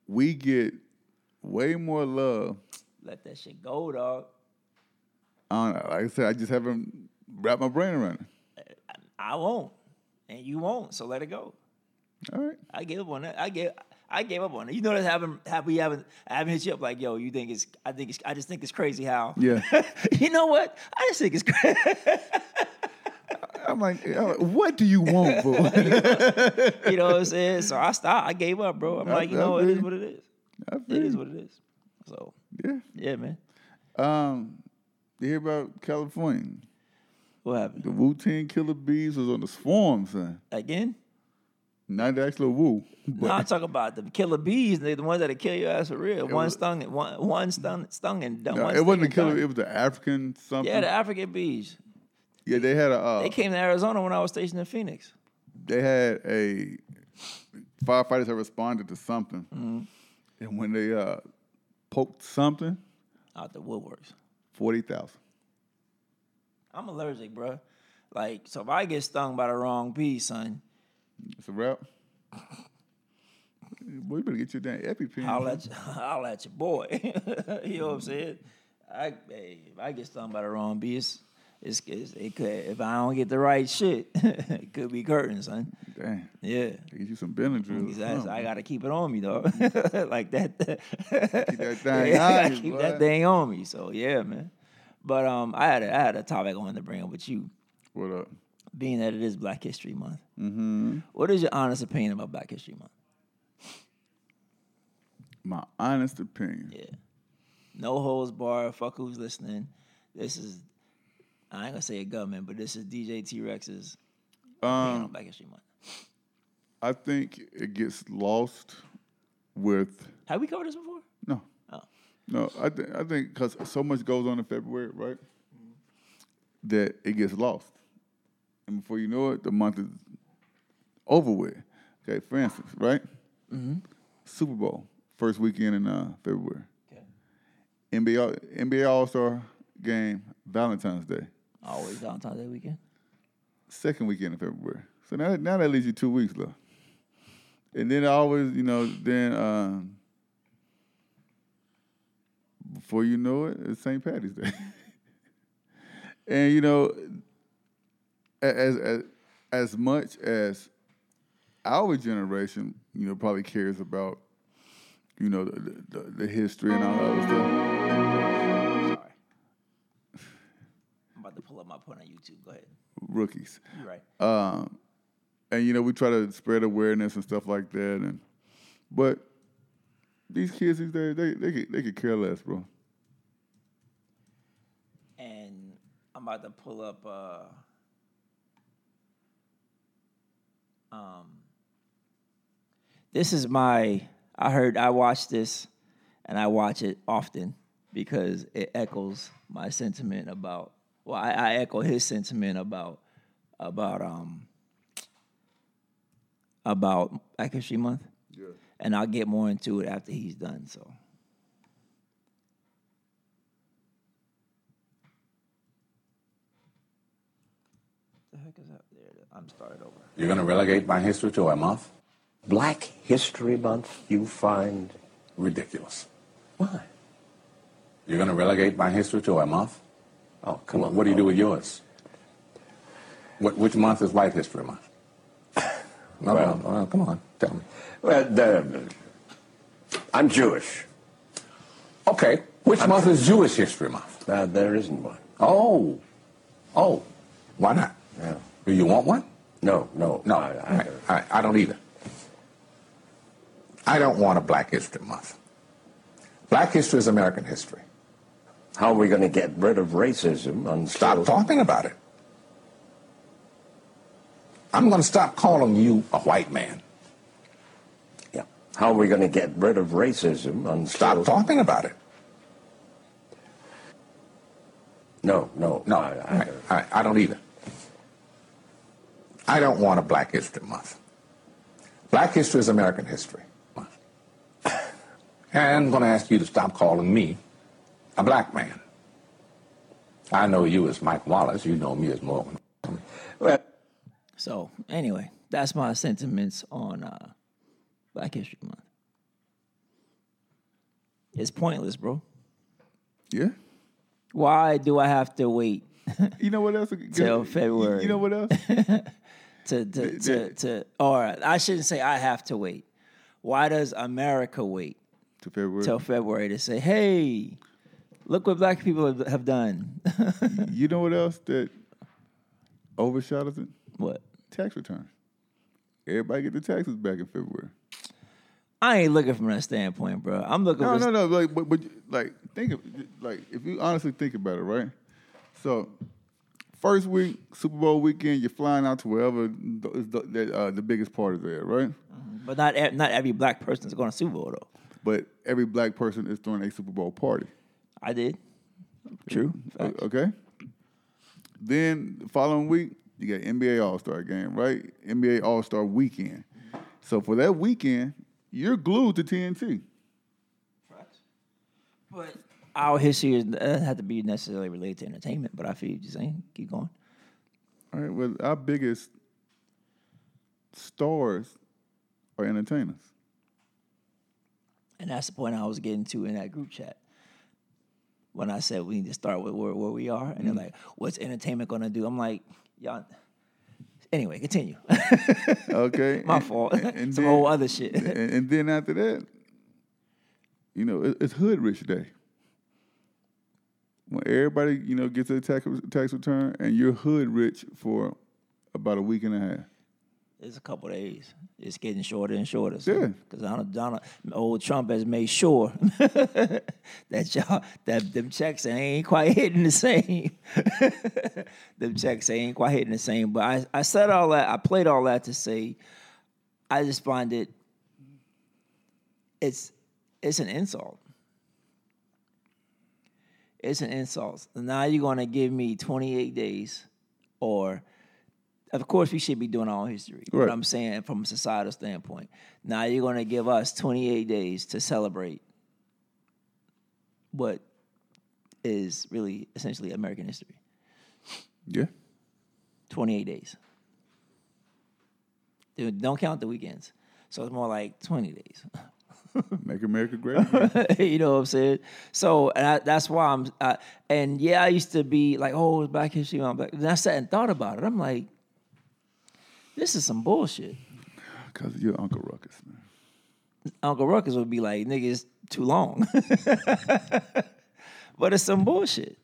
Speaker 2: we get way more love.
Speaker 1: Let that shit go, dog.
Speaker 2: On like I said, I just haven't wrapped my brain around it.
Speaker 1: I won't, and you won't. So let it go.
Speaker 2: All right.
Speaker 1: I gave up on that. I gave. I gave up on it. You know that haven't have we haven't I haven't hit you up like yo. You think it's I think it's I just think it's crazy how
Speaker 2: Yeah.
Speaker 1: *laughs* you know what I just think it's crazy.
Speaker 2: *laughs* I'm like, I'm like, what do you want, boo?
Speaker 1: *laughs* *laughs* you know what I'm saying. So I stopped. I gave up, bro. I'm
Speaker 2: I-
Speaker 1: like you
Speaker 2: I
Speaker 1: know it
Speaker 2: feel
Speaker 1: is
Speaker 2: you.
Speaker 1: what it is.
Speaker 2: I
Speaker 1: It
Speaker 2: feel
Speaker 1: is
Speaker 2: you.
Speaker 1: what it is. So
Speaker 2: yeah.
Speaker 1: yeah, man.
Speaker 2: Um, you hear about California?
Speaker 1: What happened
Speaker 2: The Wu Tang Killer Bees was on the swarm, son.
Speaker 1: again?
Speaker 2: Not the actual Wu. But
Speaker 1: No, I'm talking about the killer bees. They the ones that'll kill your ass for real. One
Speaker 2: was-
Speaker 1: stung, one one stung, stung and done.
Speaker 2: no,
Speaker 1: one
Speaker 2: it wasn't a
Speaker 1: sting and
Speaker 2: killer. It
Speaker 1: done.
Speaker 2: was the African something.
Speaker 1: Yeah, the African bees.
Speaker 2: Yeah, they had a. Uh,
Speaker 1: They came to Arizona when I was stationed in Phoenix.
Speaker 2: they had a firefighters had responded to something,
Speaker 1: Mm-hmm.
Speaker 2: and when they uh, poked something,
Speaker 1: out the woodworks.
Speaker 2: forty thousand.
Speaker 1: I'm allergic, bruh. Like, so if I get stung by the wrong bee, son,
Speaker 2: It's a wrap. Boy, you better get your damn EpiPen.
Speaker 1: I'll let you, *laughs* I'll let your boy. *laughs* you know what I'm saying? I, hey, if I get stung by the wrong bee, it's, it's, it's- it could, if I don't get the right shit, *laughs* it could be curtains, son.
Speaker 2: Damn,
Speaker 1: Yeah.
Speaker 2: get you some Benadryl. or
Speaker 1: Exactly.
Speaker 2: something.
Speaker 1: I gotta keep it on me dog. *laughs* like that. *laughs*
Speaker 2: Keep that thing
Speaker 1: Yeah, I
Speaker 2: on you,
Speaker 1: keep
Speaker 2: boy.
Speaker 1: that thing on me. So yeah, man. But um, I had a, I had a topic I wanted to bring up with you.
Speaker 2: What up?
Speaker 1: being that it is Black History Month, what is your honest opinion about Black History Month?
Speaker 2: My honest opinion.
Speaker 1: Yeah, No holes bar. Fuck who's listening. This is I ain't gonna say a government, but this is DJ T Rex's um, on Back History Month.
Speaker 2: I think it gets lost with
Speaker 1: Have we covered this before?
Speaker 2: no,
Speaker 1: Oh.
Speaker 2: no. I think I think because so much goes on in February, right? That it gets lost, and before you know it, the month is over with. Okay, for instance, right? Super Bowl first weekend in uh, February.
Speaker 1: Okay.
Speaker 2: NBA All- NBA All Star game Valentine's Day
Speaker 1: Always Valentine's Day weekend.
Speaker 2: second weekend in February. So now now that leaves you two weeks left. And then I always, you know, then um, before you know it, it's St. Patty's Day. *laughs* and you know, a- as as as much as our generation, you know, probably cares about, you know, the the, the history and all that other stuff.
Speaker 1: Sorry. I'm about to pull up my point on YouTube. Go ahead.
Speaker 2: Rookies.
Speaker 1: You're right.
Speaker 2: and you know we try to spread awareness and stuff like that and but these kids these days they they could, they could care less bro
Speaker 1: and I'm about to pull up uh um this is my I heard I watch this and I watch it often because it echoes my sentiment about well I, I echo his sentiment about about um about Black History Month. Yeah. And I'll get more into it after he's done, so the heck is that? There it is. I'm started over.
Speaker 4: You're going to relegate my history to a month?
Speaker 5: Black History Month, you find.
Speaker 4: Ridiculous.
Speaker 5: Why?
Speaker 4: You're going to relegate my history to a month?
Speaker 5: Oh, come on.
Speaker 4: What do you do with yours? What, which month is White History
Speaker 5: *coughs*
Speaker 4: Month? No, no,
Speaker 5: Well-
Speaker 4: well, come on, tell me.
Speaker 5: Well, the, I'm Jewish.
Speaker 4: Okay, which month is Jewish History Month?
Speaker 5: Uh, there isn't one.
Speaker 4: Oh, oh, why not?
Speaker 5: Yeah.
Speaker 4: Do you want one?
Speaker 5: No, no.
Speaker 4: No,
Speaker 5: I,
Speaker 4: all
Speaker 5: I,
Speaker 4: right, all right, I don't either. I don't want a Black History Month. Black history is American history.
Speaker 5: How are we going to get rid of racism until.
Speaker 4: Stop talking about it. I'm going to stop calling you a white man.
Speaker 5: Yeah. How are we going to get rid of racism until.
Speaker 4: Stop talking about it.
Speaker 5: No, no.
Speaker 4: No,
Speaker 5: I,
Speaker 4: all
Speaker 5: I,
Speaker 4: right, all right, I don't either. I don't want a Black History Month. Black history is American history.
Speaker 5: *laughs*
Speaker 4: And I'm going to ask you to stop calling me a black man. I know you as Mike Wallace. You know me as Morgan.
Speaker 5: well,
Speaker 1: So anyway, that's my sentiments on uh, Black History Month. It's pointless, bro.
Speaker 2: yeah
Speaker 1: Why do I have to wait
Speaker 2: you know what else could-
Speaker 1: Till
Speaker 2: you-
Speaker 1: February.
Speaker 2: you know what *laughs* else
Speaker 1: to to to,
Speaker 2: the-
Speaker 1: to or I shouldn't say I have to wait. Why does America wait
Speaker 2: to february
Speaker 1: till February to say, "Hey, look what black people have- have done"? *laughs*
Speaker 2: you know what else that overshadows it
Speaker 1: what?
Speaker 2: tax returns everybody get the taxes back in february
Speaker 1: I ain't looking from that standpoint, bro. I'm looking.
Speaker 2: no
Speaker 1: for
Speaker 2: no no like but, but like think of like if you honestly think about it right so first week super bowl weekend you're flying out to wherever th- is the, that, uh, the biggest part is there right
Speaker 1: But not e- not every black person is going to Super Bowl though.
Speaker 2: but every black person is throwing a Super Bowl party.
Speaker 1: I did.
Speaker 2: True.
Speaker 1: Facts.
Speaker 2: Okay. Then the following week, you got NBA All Star game, right? NBA All Star weekend. So for that weekend, you're glued to TNT.
Speaker 1: But our history is- uh, doesn't have to be necessarily related to entertainment. But I feel you saying. Keep going.
Speaker 2: All right. Well, our biggest stars
Speaker 1: *laughs*
Speaker 2: are entertainers.
Speaker 1: And that's the point I was getting to in that group chat. When I said we need to start with where, where we are, and
Speaker 2: Mm-hmm.
Speaker 1: they're like, "What's entertainment going to do?" I'm like, "Y'all." Anyway,
Speaker 2: *laughs*
Speaker 1: continue.
Speaker 2: Okay.
Speaker 1: My
Speaker 2: and-
Speaker 1: fault.
Speaker 2: and-
Speaker 1: *laughs*
Speaker 2: and
Speaker 1: Some
Speaker 2: then-
Speaker 1: whole other shit.
Speaker 2: *laughs* and, and then after that, you know, it, it's Hood Rich Day. When everybody, you know, gets their tax, tax return and you're hood rich for about a week and a half.
Speaker 1: It's a couple days. It's getting shorter and shorter. So,
Speaker 2: Yeah.
Speaker 1: Because Donald, Donald, old Trump has made sure *laughs* that y'all that them checks ain't quite hitting the same. *laughs* them checks ain't quite hitting the same. But I, I said all that. I played all that to say, I just find it. It's it's an insult. It's an insult. Now you're gonna give me 28 days, or of course we should be doing our own history.
Speaker 2: Right.
Speaker 1: But I'm saying from a societal standpoint. Now you're gonna give us 28 days to celebrate what is really essentially American history.
Speaker 2: Yeah.
Speaker 1: 28 days. Dude, don't count the weekends. So it's more like 20 days.
Speaker 2: Make America great. again.
Speaker 1: *laughs* you know what I'm saying? So, and I, that's why I'm, I, and yeah, I used to be like, oh, it's Black History Month. Black. Then I sat and thought about it. I'm like, this is some bullshit.
Speaker 2: *laughs* Cause of your Uncle Ruckus, man.
Speaker 1: Uncle Ruckus would be like, nigga, it's too long. *laughs* but it's some bullshit.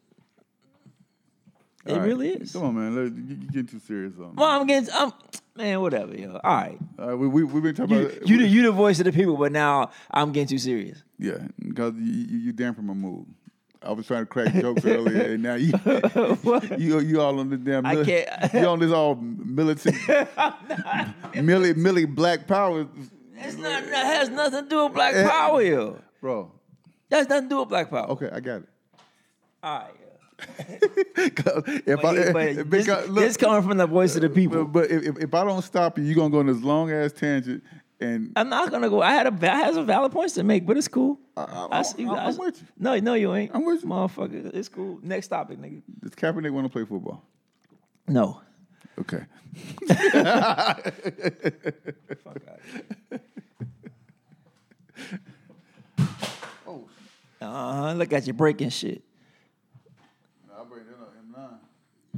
Speaker 1: It
Speaker 2: All right.
Speaker 1: really is.
Speaker 2: Come on, man. Let, you, you getting too serious on me.
Speaker 1: Well, I'm getting, I'm, man, whatever, yo. All right.
Speaker 2: All right, we, we, we've been talking
Speaker 1: You,
Speaker 2: about
Speaker 1: you, the, you the voice of the people, but now I'm getting too serious.
Speaker 2: Yeah, because you, you, you damn from a mood. I was trying to crack jokes earlier, and now
Speaker 1: *laughs*
Speaker 2: you, *laughs* you you all on the damn.
Speaker 1: I
Speaker 2: mili-
Speaker 1: can't-
Speaker 2: You on this all
Speaker 1: *laughs*
Speaker 2: militant, milly milly black power,
Speaker 1: It's not, it has nothing to do with black power, yo.
Speaker 2: bro.
Speaker 1: That's nothing to do with black power.
Speaker 2: Eh. Okay, I got it. *laughs*
Speaker 1: All right, yo.
Speaker 2: 'Cause If
Speaker 1: But,
Speaker 2: *laughs* I,
Speaker 1: but
Speaker 2: if-
Speaker 1: this,
Speaker 2: because-
Speaker 1: this coming from the voice of the people.
Speaker 2: but, but if, if- if I don't stop you, you're gonna go on this long ass tangent, and
Speaker 1: I'm not gonna go. I had a va- I had some valid points to make, but it's cool.
Speaker 2: I-
Speaker 1: I see-
Speaker 2: Uh, I'm-
Speaker 1: I
Speaker 2: I'm
Speaker 1: see-
Speaker 2: with you.
Speaker 1: No, no, you ain't.
Speaker 2: I'm with you.
Speaker 1: motherfucker. It's cool. Next topic, nigga.
Speaker 2: does Kaepernick want to play football?
Speaker 1: No.
Speaker 2: Okay,
Speaker 1: Uh, look at you breaking shit.
Speaker 2: I bring that up M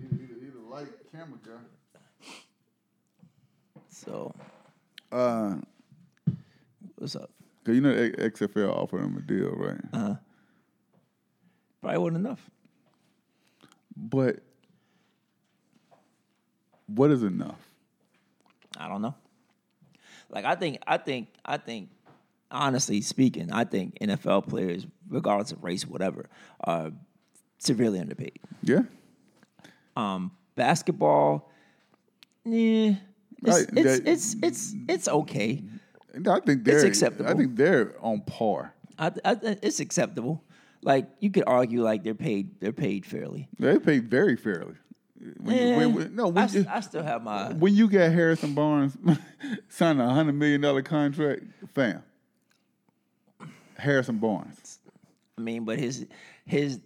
Speaker 2: nine. He's a light camera guy.
Speaker 1: So,
Speaker 2: Uh,
Speaker 1: what's up?
Speaker 2: Cause you know the X- XFL offered him a deal, right?
Speaker 1: Uh-huh. Probably wasn't enough.
Speaker 2: But what is enough?
Speaker 1: I don't know. Like I think I think I think honestly speaking, I think NFL players, regardless of race, whatever, are severely underpaid.
Speaker 2: Yeah,
Speaker 1: Basketball, yeah, it's
Speaker 2: Right,
Speaker 1: it's,
Speaker 2: that-
Speaker 1: it's it's it's okay.
Speaker 2: and I think they're.
Speaker 1: acceptable.
Speaker 2: I think they're on par.
Speaker 1: I, I, it's acceptable. Like you could argue, like they're paid they're paid fairly.
Speaker 2: They pay very fairly. When you- when- when- no,
Speaker 1: I,
Speaker 2: when you,
Speaker 1: s- I still have my.
Speaker 2: when you got Harrison Barnes *laughs* signing a hundred million dollar contract, fam. Harrison Barnes.
Speaker 1: I mean, but his his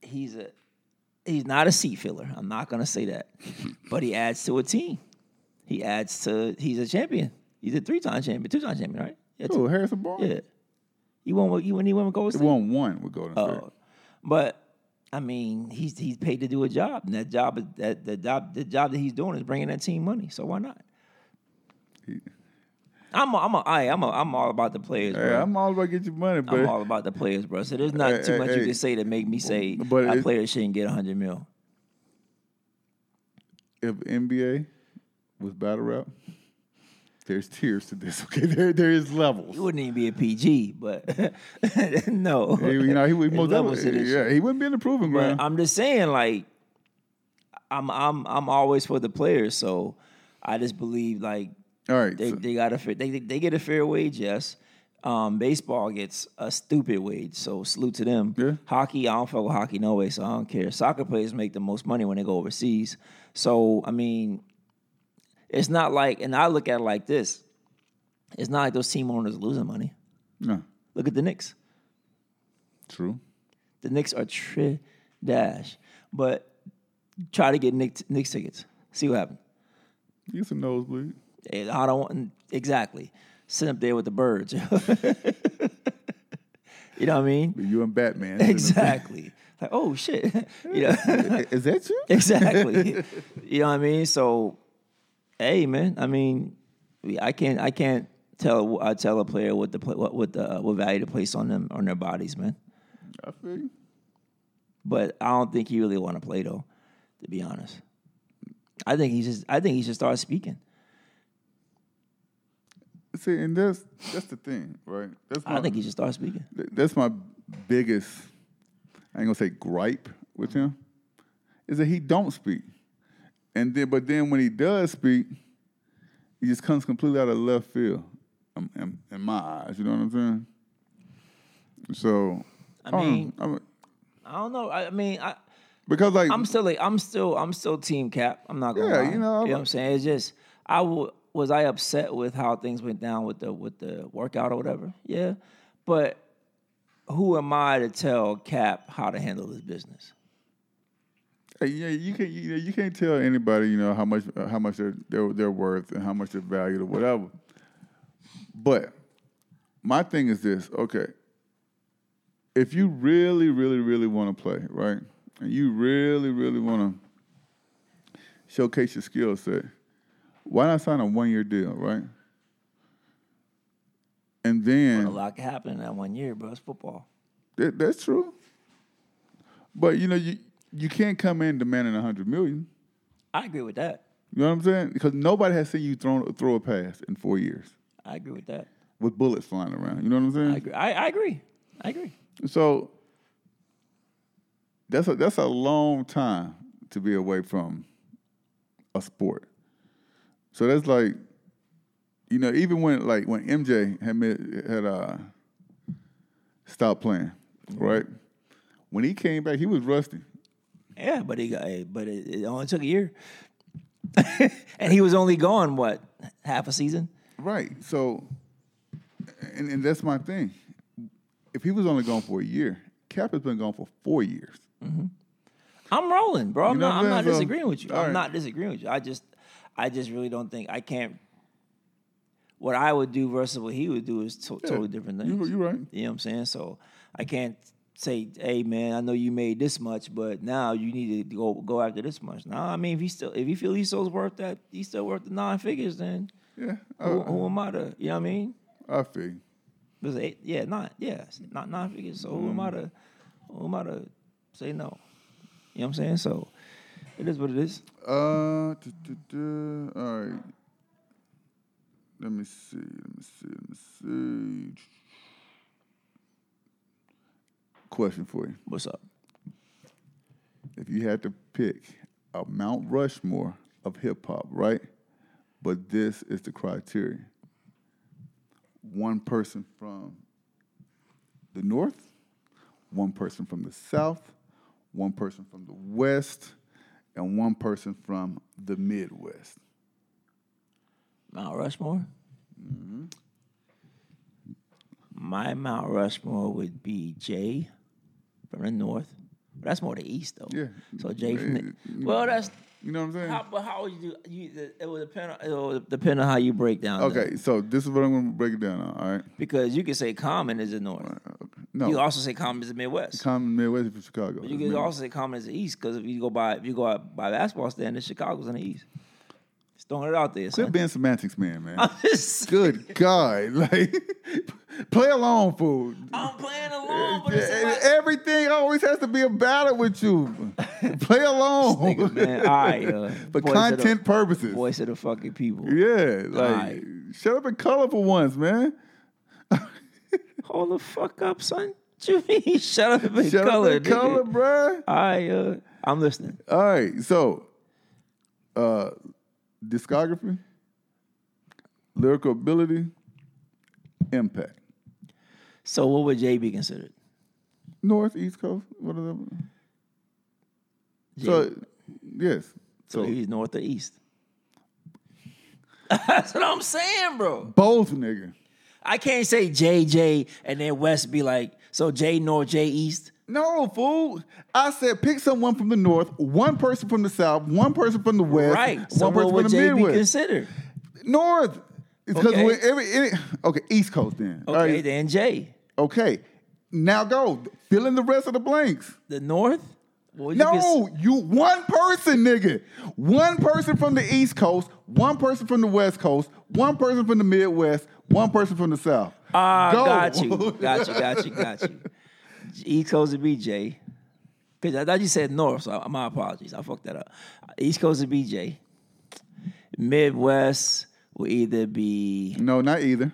Speaker 1: he's a he's not a seat filler. I'm not gonna say that, but he adds to a team. He adds to he's a champion. He's a three time champion, two time champion, right? Yeah,
Speaker 2: Oh,
Speaker 1: two,
Speaker 2: Harrison Barnes.
Speaker 1: yeah. You won. with- You won. You won with Golden
Speaker 2: He
Speaker 1: State.
Speaker 2: won one with Golden State.
Speaker 1: Oh, but I mean, he's he's paid to do a job, and that job is that the job the job that he's doing is bringing that team money. So why not?
Speaker 2: He-
Speaker 1: I'm a, I'm a, I, I'm a, I'm all about the players.
Speaker 2: Hey,
Speaker 1: bro.
Speaker 2: I'm all about get your money, but
Speaker 1: I'm all about the players, bro. So there's not
Speaker 2: Hey,
Speaker 1: too
Speaker 2: hey,
Speaker 1: much
Speaker 2: hey.
Speaker 1: you can say to make me say
Speaker 2: But
Speaker 1: our
Speaker 2: it-
Speaker 1: players shouldn't get 100 mil.
Speaker 2: if NBA was battle rap, there's tiers to this. *laughs* Okay, there there is levels.
Speaker 1: It wouldn't even be a PG, but *laughs* no.
Speaker 2: He, you know, he would
Speaker 1: There's
Speaker 2: most
Speaker 1: levels to
Speaker 2: definitely-
Speaker 1: this
Speaker 2: yeah, he wouldn't be in the proving
Speaker 1: But
Speaker 2: ground.
Speaker 1: I'm just saying, like, I'm I'm I'm always for the players, so I just believe like
Speaker 2: All right,
Speaker 1: they
Speaker 2: so-
Speaker 1: they got a fair, they they get a fair wage, yes. Um, baseball gets a stupid wage, so salute to them.
Speaker 2: Yeah.
Speaker 1: Hockey, I don't fuck with hockey no way, so I don't care. Soccer players make the most money when they go overseas, so I mean, it's not like, and I look at it like this: it's not like those team owners are losing money.
Speaker 2: no,
Speaker 1: Look at the Knicks.
Speaker 2: true.
Speaker 1: The Knicks are tri dash. But try to get Knicks, Knicks tickets. See what happens.
Speaker 2: You get some nosebleed.
Speaker 1: And I don't want exactly. Sit up there with the birds. *laughs* you know what I *laughs* mean?
Speaker 2: You and Batman.
Speaker 1: Exactly. Like, oh shit. *laughs* you know.
Speaker 2: is that you?
Speaker 1: exactly. *laughs* you know what I mean? So, hey, man. I mean, we- I can't. I can't tell. I tell a player what the pla- what what the uh, what value to place on them on their bodies, man.
Speaker 2: I feel you.
Speaker 1: but I don't think he really want to play though, to be honest. I think he just I think he should start speaking.
Speaker 2: see, and that's that's the thing, right? That's
Speaker 1: I
Speaker 2: my,
Speaker 1: think he should start speaking.
Speaker 2: th- that's my biggest. I ain't gonna say gripe with him, is that he don't speak, and then but then when he does speak, he just comes completely out of left field, um, in, in my eyes. You know what I'm saying? So
Speaker 1: I
Speaker 2: don't know.
Speaker 1: mean-
Speaker 2: I mean,
Speaker 1: I don't know. I, I mean, I,
Speaker 2: because like
Speaker 1: I'm still like I'm still I'm still team cap. I'm not gonna
Speaker 2: Yeah,
Speaker 1: lie.
Speaker 2: you know,
Speaker 1: what I'm saying? It's just I w- was I upset with how things went down with the with the workout or whatever. Yeah. But who am I to tell Cap how to handle his business?
Speaker 2: Hey, Yeah, you can't you, know, you can't tell anybody you know how much uh, how much they're, they're they're worth and how much they're valued or whatever. But my thing is this: okay, if you really, really, really want to play, right, and you really, really want to showcase your skill set, why not sign a one year deal, right? And
Speaker 1: A
Speaker 2: then
Speaker 1: lot can happen in that one year, bro. It's football.
Speaker 2: that, that's true. But you know you you can't come in demanding a hundred million.
Speaker 1: I agree with that.
Speaker 2: You know what I'm saying? Because nobody has seen you throw, throw a pass in four years
Speaker 1: I agree with that.
Speaker 2: with bullets flying around. You know what I'm saying?
Speaker 1: I agree. I, I agree. I agree.
Speaker 2: So that's a, that's a long time to be away from a sport. So that's like, you know, even when like when MJ had mi- had uh, stopped playing,
Speaker 1: Mm-hmm.
Speaker 2: right? When he came back, he was rusty.
Speaker 1: Yeah, but he got. Hey, but it, it only took a year, *laughs* and he was only gone what half a season.
Speaker 2: Right. So, and, and that's my thing. If he was only gone for a year, Cap has been gone for four years.
Speaker 1: I'm rolling, bro. I'm
Speaker 2: know
Speaker 1: not.
Speaker 2: what
Speaker 1: I'm
Speaker 2: I'm
Speaker 1: not
Speaker 2: saying? So-
Speaker 1: disagreeing with you.
Speaker 2: all
Speaker 1: I'm
Speaker 2: right.
Speaker 1: not disagreeing with you. I just, I just really don't think I can't. What I would do versus what he would do is to- totally different things.
Speaker 2: You, you're right.
Speaker 1: You know what I'm saying? So I can't say, "Hey, man, I know you made this much, but now you need to go go after this much." Now, I mean, if he still, if he feel he's still worth that, he's still worth the nine figures. Then
Speaker 2: Yeah.
Speaker 1: who,
Speaker 2: I,
Speaker 1: who am I to? You know what I mean?
Speaker 2: I feel. you.
Speaker 1: It was eight, yeah, not yeah, it's not nine figures. So who am
Speaker 2: Mm.
Speaker 1: I to who am I to say no? You know what I'm saying? So it is what it is.
Speaker 2: Uh, duh, duh, duh. all right. Let me see. Let me see. Let me see. Question for you:
Speaker 1: What's up?
Speaker 2: If you had to pick a Mount Rushmore of hip hop, right? But this is the criteria: one person from the north, one person from the south, one person from the west, and one person from the Midwest.
Speaker 1: Mount Rushmore?
Speaker 2: Mm-hmm.
Speaker 1: My Mount Rushmore would be Jay from the north. That's more the east though.
Speaker 2: Yeah.
Speaker 1: So Jay from the
Speaker 2: Yeah.
Speaker 1: well, that's
Speaker 2: You know what I'm saying?
Speaker 1: how, but how would you do? You, the- it would depend. On, it would depend on how you break down. the-
Speaker 2: Okay, so this is what I'm gonna break it down on. All right,
Speaker 1: because you could say Common is the north.
Speaker 2: no,
Speaker 1: You could also say Common is the Midwest.
Speaker 2: common Midwest from Chicago.
Speaker 1: You
Speaker 2: It's
Speaker 1: can
Speaker 2: Midwest.
Speaker 1: also say common as the East because if you go by if you go out by basketball standards, Chicago's in the East. Just throwing it out there.
Speaker 2: quit
Speaker 1: Son.
Speaker 2: being semantics, man,
Speaker 1: *laughs*
Speaker 2: man.
Speaker 1: I'm just
Speaker 2: Good God, *laughs* like play along, fool.
Speaker 1: I'm playing along, Oh, but
Speaker 2: Yeah,
Speaker 1: it's like,
Speaker 2: Everything always has to be a battle with you.
Speaker 1: *laughs*
Speaker 2: play along,
Speaker 1: nigga, man. All right, uh,
Speaker 2: *laughs* for
Speaker 1: voice of the-
Speaker 2: content purposes.
Speaker 1: voice of the fucking people.
Speaker 2: Yeah, like
Speaker 1: right.
Speaker 2: shut up and color for once, man.
Speaker 1: Hold the fuck up, son. *laughs* What you mean? Shut up and
Speaker 2: Shut
Speaker 1: color,
Speaker 2: up and color,
Speaker 1: nigga.
Speaker 2: bruh.
Speaker 1: All right, uh, I'm listening.
Speaker 2: All right, so uh discography, lyrical ability, impact.
Speaker 1: So, what would Jay be considered?
Speaker 2: North, East Coast, whatever.
Speaker 1: Jay,
Speaker 2: So yes.
Speaker 1: so
Speaker 2: So
Speaker 1: he's north or east. *laughs* That's what I'm saying, bro.
Speaker 2: both nigga.
Speaker 1: I can't say JJ and then West be like, so J North, J East.
Speaker 2: No, fool. I said pick someone from the north, one person from the south, one person from the west,
Speaker 1: right. so
Speaker 2: one person
Speaker 1: what would
Speaker 2: from the
Speaker 1: J be
Speaker 2: Midwest.
Speaker 1: considered?
Speaker 2: north. It's because
Speaker 1: Okay.
Speaker 2: okay. every any- okay, East Coast then. All
Speaker 1: Okay,
Speaker 2: right.
Speaker 1: then J.
Speaker 2: Okay. Now go. Fill in the rest of the blanks.
Speaker 1: The North? What would you cons-
Speaker 2: No, you one person, nigga. One person from the East Coast, one person from the West Coast, one person from the Midwest, one person from the South.
Speaker 1: Ah,
Speaker 2: Go.
Speaker 1: got
Speaker 2: *laughs*
Speaker 1: you. Got you, got you, got you. East Coast would be J. Because I thought you said North, so I- my apologies. I fucked that up. East Coast would be J. Midwest will either be
Speaker 2: No, not either.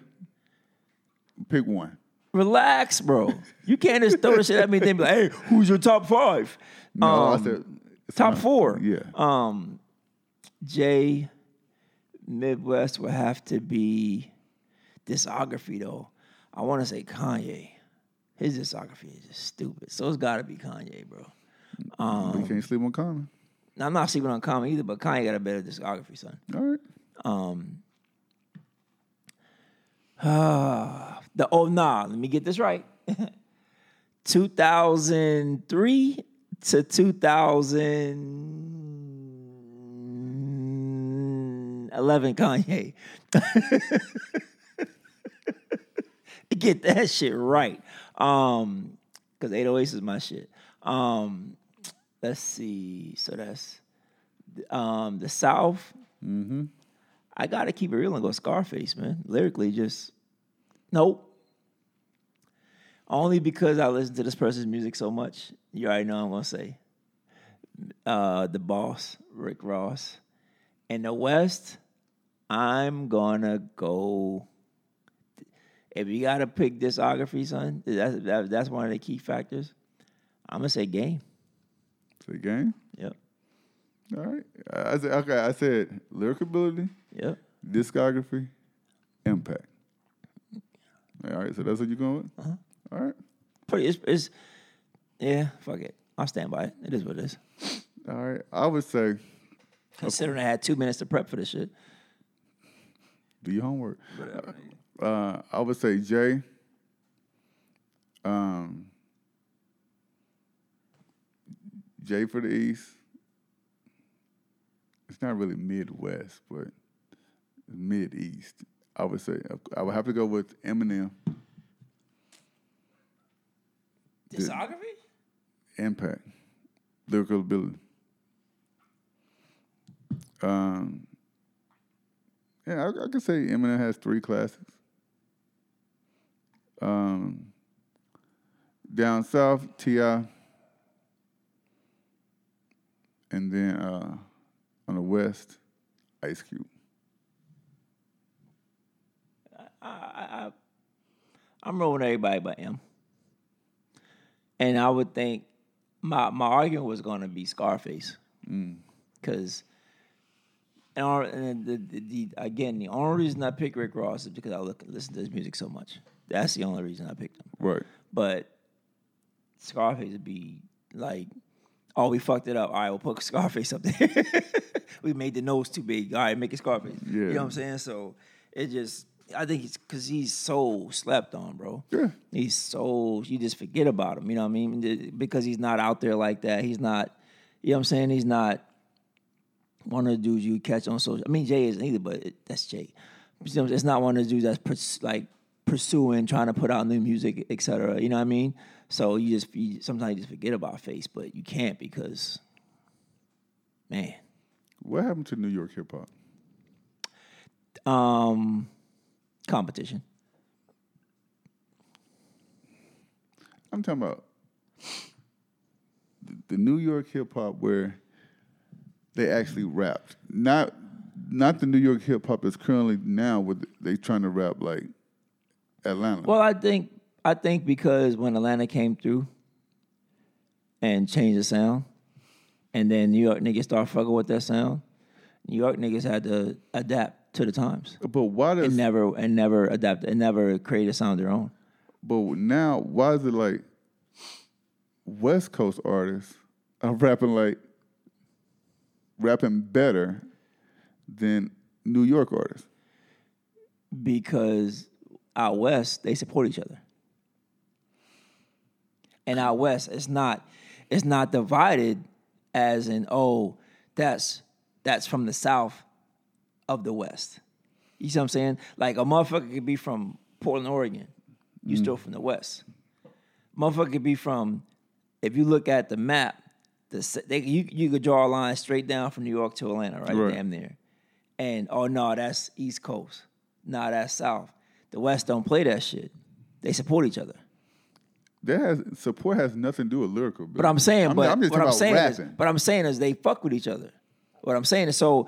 Speaker 2: Pick one.
Speaker 1: relax, bro. You can't just throw the shit at me and then be like, "Hey, who's your top five?
Speaker 2: No, I
Speaker 1: Um,
Speaker 2: said it's
Speaker 1: top
Speaker 2: not-
Speaker 1: four.
Speaker 2: Yeah.
Speaker 1: Um, Jay Midwest would have to be discography though. I want to say Kanye. His discography is just stupid. So it's got to be Kanye, bro.
Speaker 2: we can't sleep on Connor.
Speaker 1: Now, I'm not sleeping on Kanye either, but Kanye got a better discography, son.
Speaker 2: All right.
Speaker 1: The oh nah, let me get this right. *laughs* 2003 to 2011 Kanye. *laughs* get that shit right. Um cuz 808s is my shit. Um let's see. So that's um the South. I got to keep it real and go Scarface, man. Lyrically just Nope. Only because I listen to this person's music so much. You already know what I'm gonna say. Uh, the boss, Rick Ross. In the West, I'm gonna go. If you gotta pick discography, son, that's that, that's one of the key factors. I'm gonna say game.
Speaker 2: Say game.
Speaker 1: Yep.
Speaker 2: All right. I I said okay. I said lyric ability,
Speaker 1: Yep.
Speaker 2: discography, impact. All right. So that's what you're going with. All right.
Speaker 1: Pretty. It's, it's. Yeah. Fuck it. I'll stand by it. It is what it is.
Speaker 2: All right. I would say
Speaker 1: Considering I had two minutes to prep for this shit.
Speaker 2: do your homework. Uh, I would say Jay. Um, Jay for the East. It's not really Midwest, but Mid East. I would say I would have to go with Eminem
Speaker 1: Discography.
Speaker 2: impact, lyrical ability. Um, yeah, I, I could say Eminem has three classics. Um, down south, Ti, and then uh, on the west, Ice Cube.
Speaker 1: I'm rolling everybody by M. And I would think my my argument was going to be Scarface because. And, all- and the, the, the, again, the only reason I picked Rick Ross is because I look listen to his music so much. That's the only reason I picked him.
Speaker 2: Right.
Speaker 1: But Scarface would be like, oh, we fucked it up. All right, we'll put Scarface up there. *laughs* we made the nose too big. All right, make it Scarface. You know
Speaker 2: Yeah.
Speaker 1: what I'm saying? So it just, I think it's because he's so slept on, bro.
Speaker 2: Yeah.
Speaker 1: He's so, you just forget about him. You know what I mean? Because he's not out there like that. He's not, you know what I'm saying? He's not one of the dudes you catch on social. I mean, Jay isn't either, but it, that's Jay. You know, it's not one of the dudes that's pers- like pursuing, trying to put out new music, etc. You know what I mean? So you just you, sometimes you just forget about Face, but you can't because, man,
Speaker 2: What happened to New York hip hop?
Speaker 1: um, competition.
Speaker 2: I'm talking about the, the New York hip hop where they actually rapped. Not not the New York hip hop that's currently now with they trying to rap like Atlanta.
Speaker 1: Well, I think I think because when Atlanta came through and changed the sound, and then New York niggas start fucking with that sound, New York niggas had to adapt to the times.
Speaker 2: but why does
Speaker 1: and never and never adapt and never create a sound of their own.
Speaker 2: but now why is it like West Coast artists are rapping like rapping better than New York artists?
Speaker 1: because out west they support each other and out west it's not it's not divided as in oh that's that's from the south of the west you see what i'm saying like a motherfucker could be from portland oregon you still from the west motherfucker could be from if you look at the map the, s- they, you, you could draw a line straight down from new york to atlanta right,
Speaker 2: Right.
Speaker 1: damn near and oh no, that's East Coast. Nah, that's South. The West don't play that shit. They support each other.
Speaker 2: That has support has nothing to do with lyrical.
Speaker 1: But I'm saying, but
Speaker 2: I'm just
Speaker 1: what
Speaker 2: talking
Speaker 1: I'm
Speaker 2: about
Speaker 1: saying is,
Speaker 2: rapping.
Speaker 1: but I'm saying is they fuck with each other. What I'm saying is, so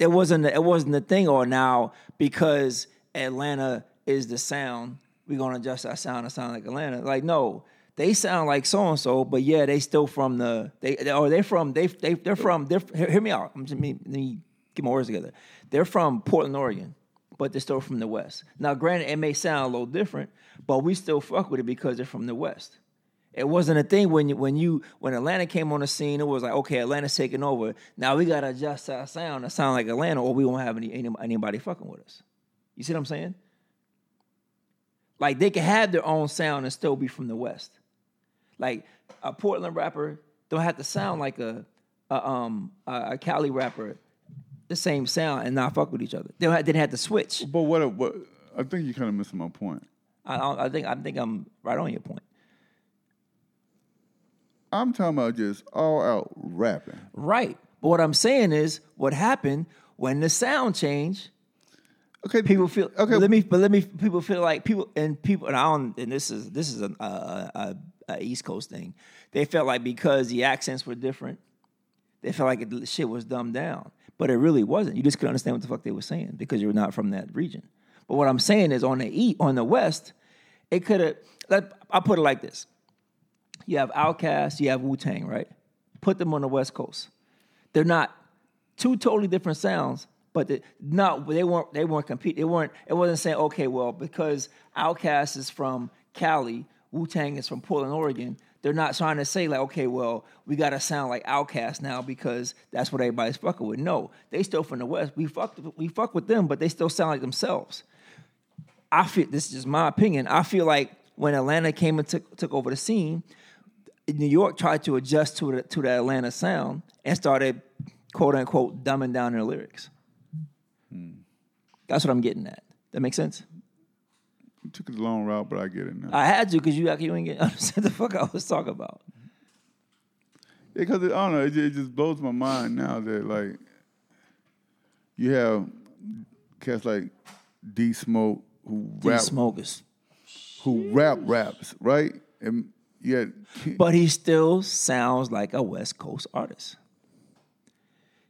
Speaker 1: it wasn't it wasn't the thing or now because Atlanta is the sound we're gonna adjust our sound to sound like Atlanta like no they sound like so and so but yeah they still from the they oh, they- or they're from they they they're from they're hear, hear me out I'm just, let me, let me get my words together they're from Portland Oregon but they're still from the West now granted it may sound a little different but we still fuck with it because they're from the West. It wasn't a thing when you, when you when Atlanta came on the scene. It was like okay, Atlanta's taking over. Now we gotta adjust our sound to sound like Atlanta, or we won't have any, any anybody fucking with us. You see what I'm saying? Like they can have their own sound and still be from the West. Like a Portland rapper don't have to sound like a a, um, a, a Cali rapper, the same sound and not fuck with each other. They don't have, didn't have to switch.
Speaker 2: But what? What? I think you kind of missing my point.
Speaker 1: I, I I think I think I'm right on your point.
Speaker 2: I'm talking about just all out rapping.
Speaker 1: Right. But what I'm saying is, what happened when the sound changed?
Speaker 2: Okay,
Speaker 1: People feel
Speaker 2: Okay.
Speaker 1: okay. Let me, but let me. People feel like people and people and I don't. And this is this is a, a, a, a East Coast thing. They felt like because the accents were different, they felt like it, the shit was dumbed down. But it really wasn't. You just couldn't understand what the fuck they were saying because you were not from that region. But what I'm saying is, on the e on the West, it could have. Like, I put it like this: You have Outkast, you have Wu Tang, right? Put them on the West Coast. They're not two totally different sounds, but the, not they weren't they weren't compete. They weren't. It wasn't saying okay, well because Outkast is from Cali, Wu Tang is from Portland, Oregon. They're not trying to say like okay, well we gotta sound like Outkast now because that's what everybody's fucking with. No, they still from the West. We fucked we fuck with them, but they still sound like themselves. I feel this is just my opinion. I feel like when Atlanta came and took took over the scene, New York tried to adjust to the, to the Atlanta sound and started quote unquote dumbing down their lyrics. That's what I'm getting at. That makes sense.
Speaker 2: You took the long route, but I get it now.
Speaker 1: I had to because you act- you ain't get *laughs* understand the fuck I was talking about.
Speaker 2: because I don't know, it, ju- it just blows my mind now that like you have cats like D Smoke who
Speaker 1: These
Speaker 2: rap
Speaker 1: smokers,
Speaker 2: who rap raps right, and yet
Speaker 1: but he still sounds like a West Coast artist.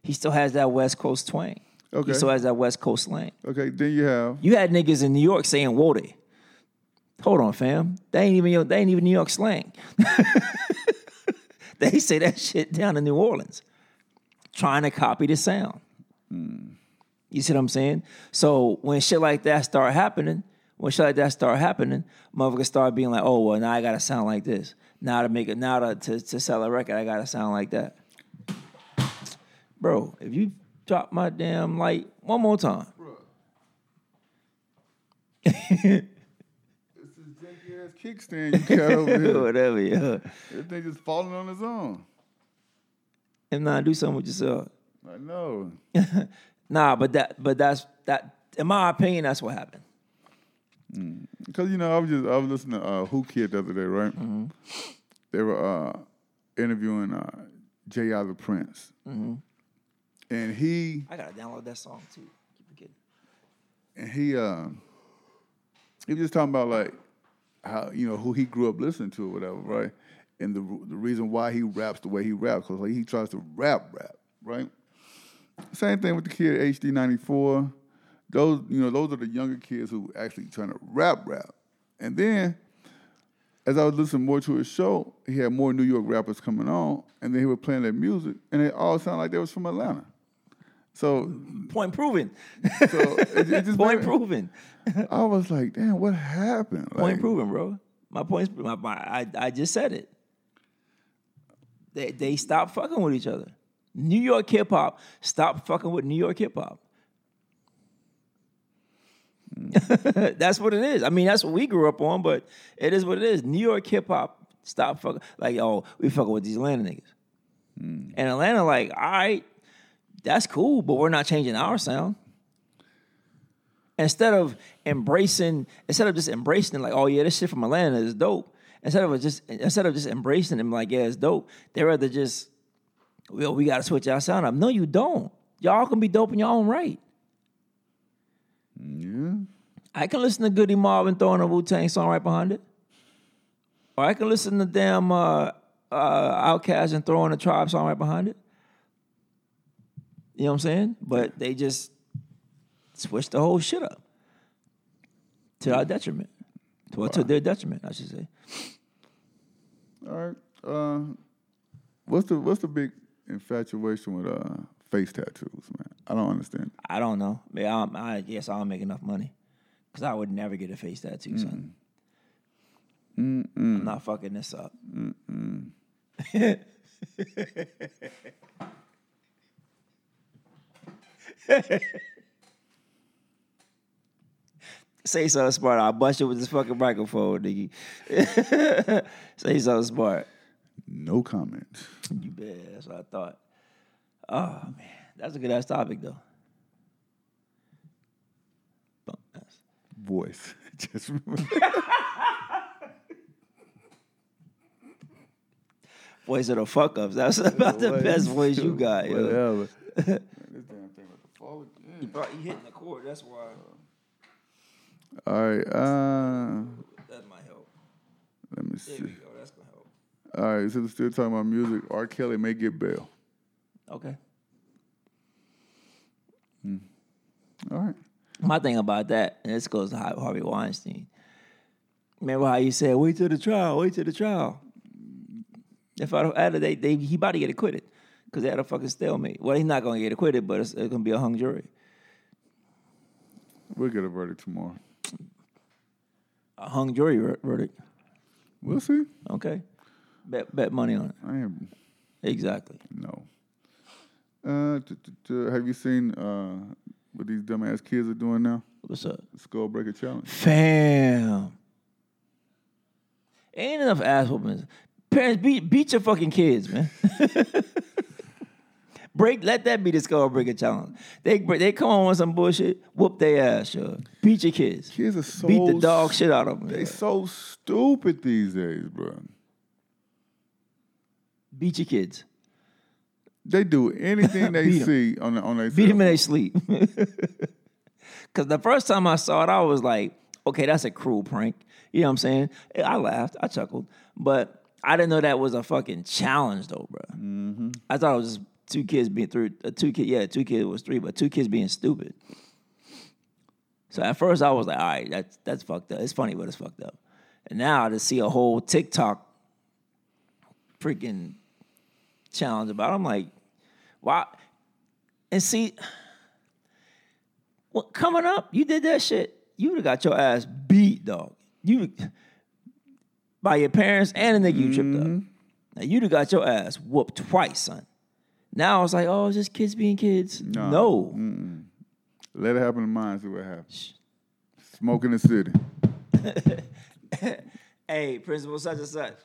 Speaker 1: He still has that West Coast twang.
Speaker 2: Okay.
Speaker 1: He still has that West Coast slang.
Speaker 2: okay, then you have
Speaker 1: You had niggas in New York saying "woody." Hold on, fam. They ain't even your- they ain't even New York slang. *laughs* they say that shit down in New Orleans, trying to copy the sound. You see what I'm saying? So when shit like that start happening, when shit like that start happening, motherfuckers start being like, "Oh well, now I gotta sound like this. Now to make it, now to to, to sell a record, I gotta sound like that." Bro, if you drop my damn light one more time.
Speaker 2: kickstand you got over here.
Speaker 1: Whatever, yeah.
Speaker 2: This thing just falling on its own.
Speaker 1: If not, do something with yourself.
Speaker 2: I know.
Speaker 1: Nah, but that, but that's that. In my opinion, that's what happened.
Speaker 2: Because you know, I was just I was listening to uh, Who Kid the other day, right? They were uh, interviewing uh, J. Oliver Prince, and he
Speaker 1: I gotta download that song too. Keep forgetting.
Speaker 2: and he uh, he was just talking about like how you know who he grew up listening to or whatever, right? And the the reason why he raps the way he raps because like he tries to rap rap, right? Same thing with the kid HD ninety four. Those you know those are the younger kids who actually trying to rap rap, and then. as I was listening more to his show, he had more New York rappers coming on, and then he was playing their music, and it all sounded like they was from Atlanta. So,
Speaker 1: Point proven.
Speaker 2: so it, it just
Speaker 1: Point
Speaker 2: made-
Speaker 1: proven.
Speaker 2: I was like, damn, what happened? Like,
Speaker 1: Point proven, bro. My points. My, my, I I just said it. They they stopped fucking with each other. New York hip hop stopped fucking with New York hip hop. *laughs* that's what it is. I mean, that's what we grew up on, but it is what it is. New York hip hop stopped fucking like oh we fucking with these Atlanta niggas. And Atlanta like all right, that's cool, but we're not changing our sound instead of embracing, instead of just embracing it, like, oh yeah, this shit from Atlanta is dope. Instead of just instead of just embracing them like, yeah, it's dope. They rather just, well, we gotta switch our sound up. No, you don't. Y'all can be dope in your own right. I can listen to Goody Marvin throwing a Wu Tang song right behind it, or I can listen to damn uh, uh, Outkast and throwing a Tribe song right behind it. You You know what I'm saying? But they just switched the whole shit up to our detriment. To, to their detriment, I should say.
Speaker 2: All right. Uh, what's the what's the big infatuation with uh face tattoos, man? I don't understand.
Speaker 1: I don't know. Maybe I, I guess I'll make enough money because I would never get a face tattoo, son. I'm not fucking this up. *laughs* Say something smart. I'll bust you with this fucking microphone, nigga. *laughs* Say something smart.
Speaker 2: No comment. *laughs*
Speaker 1: You bet. That's what I thought. Oh man, that's a good ass topic though. Bump ass.
Speaker 2: Voice. *laughs* Just
Speaker 1: Voice of the fuck ups. That's *laughs* about the best voice you got. Yo.
Speaker 2: Whatever.
Speaker 1: Bro, you hitting the chord. That's why.
Speaker 2: All right. Uh,
Speaker 1: That might help.
Speaker 2: let me see.
Speaker 1: go. That's gonna help.
Speaker 2: All right. So we're still talking about music. R. Kelly may get bail.
Speaker 1: Okay.
Speaker 2: All right.
Speaker 1: My thing about that, and this goes to Har- Harvey Weinstein. Remember how you said, "Wait till the trial. Wait till the trial." If I don't add it, they, they he about to get acquitted because they had a fucking stalemate. Well, he's not gonna get acquitted, but it's, it's gonna be a hung jury.
Speaker 2: We'll get a verdict tomorrow.
Speaker 1: A hung jury ver- verdict.
Speaker 2: We'll see.
Speaker 1: Okay. Bet bet money on
Speaker 2: I am
Speaker 1: it. Exactly.
Speaker 2: no. Uh, t- t- t- have you seen uh what these dumbass kids are doing now?
Speaker 1: What's up?
Speaker 2: The Skull Breaker Challenge.
Speaker 1: Fam. Ain't enough ass whoopings. Parents beat beat your fucking kids, man. *laughs* Break, let that be the skull breaker challenge. They break- they come on with some bullshit, whoop their ass, sure. Beat your kids,
Speaker 2: Kids are so
Speaker 1: beat the dog shit out of them.
Speaker 2: They so stupid these days, bro.
Speaker 1: Beat your kids,
Speaker 2: They do anything
Speaker 1: *laughs*
Speaker 2: they
Speaker 1: Beat 'em.
Speaker 2: see on the, on their
Speaker 1: beat them in their sleep. *laughs* Cause the first time I saw it, I was like, okay, that's a cruel prank. You know what I'm saying? I laughed, I chuckled, but I didn't know that was a fucking challenge though, bro. I thought it was just two kids being through uh, two kid. Yeah, two kids was three, but two kids being stupid. So at first I was like, all right, that's that's fucked up. It's funny, but it's fucked up. And now to see a whole TikTok freaking challenge about, it, I'm like, why? And see, well, coming up, you did that shit. You would have got your ass beat, dog. You by your parents and the nigga you tripped up. Now you'd have got your ass whooped twice, son. Now it's like, oh, it's just kids being kids. No.
Speaker 2: Let it happen to mine. See what happens. Smoke in the city.
Speaker 1: Hey, principal such and such.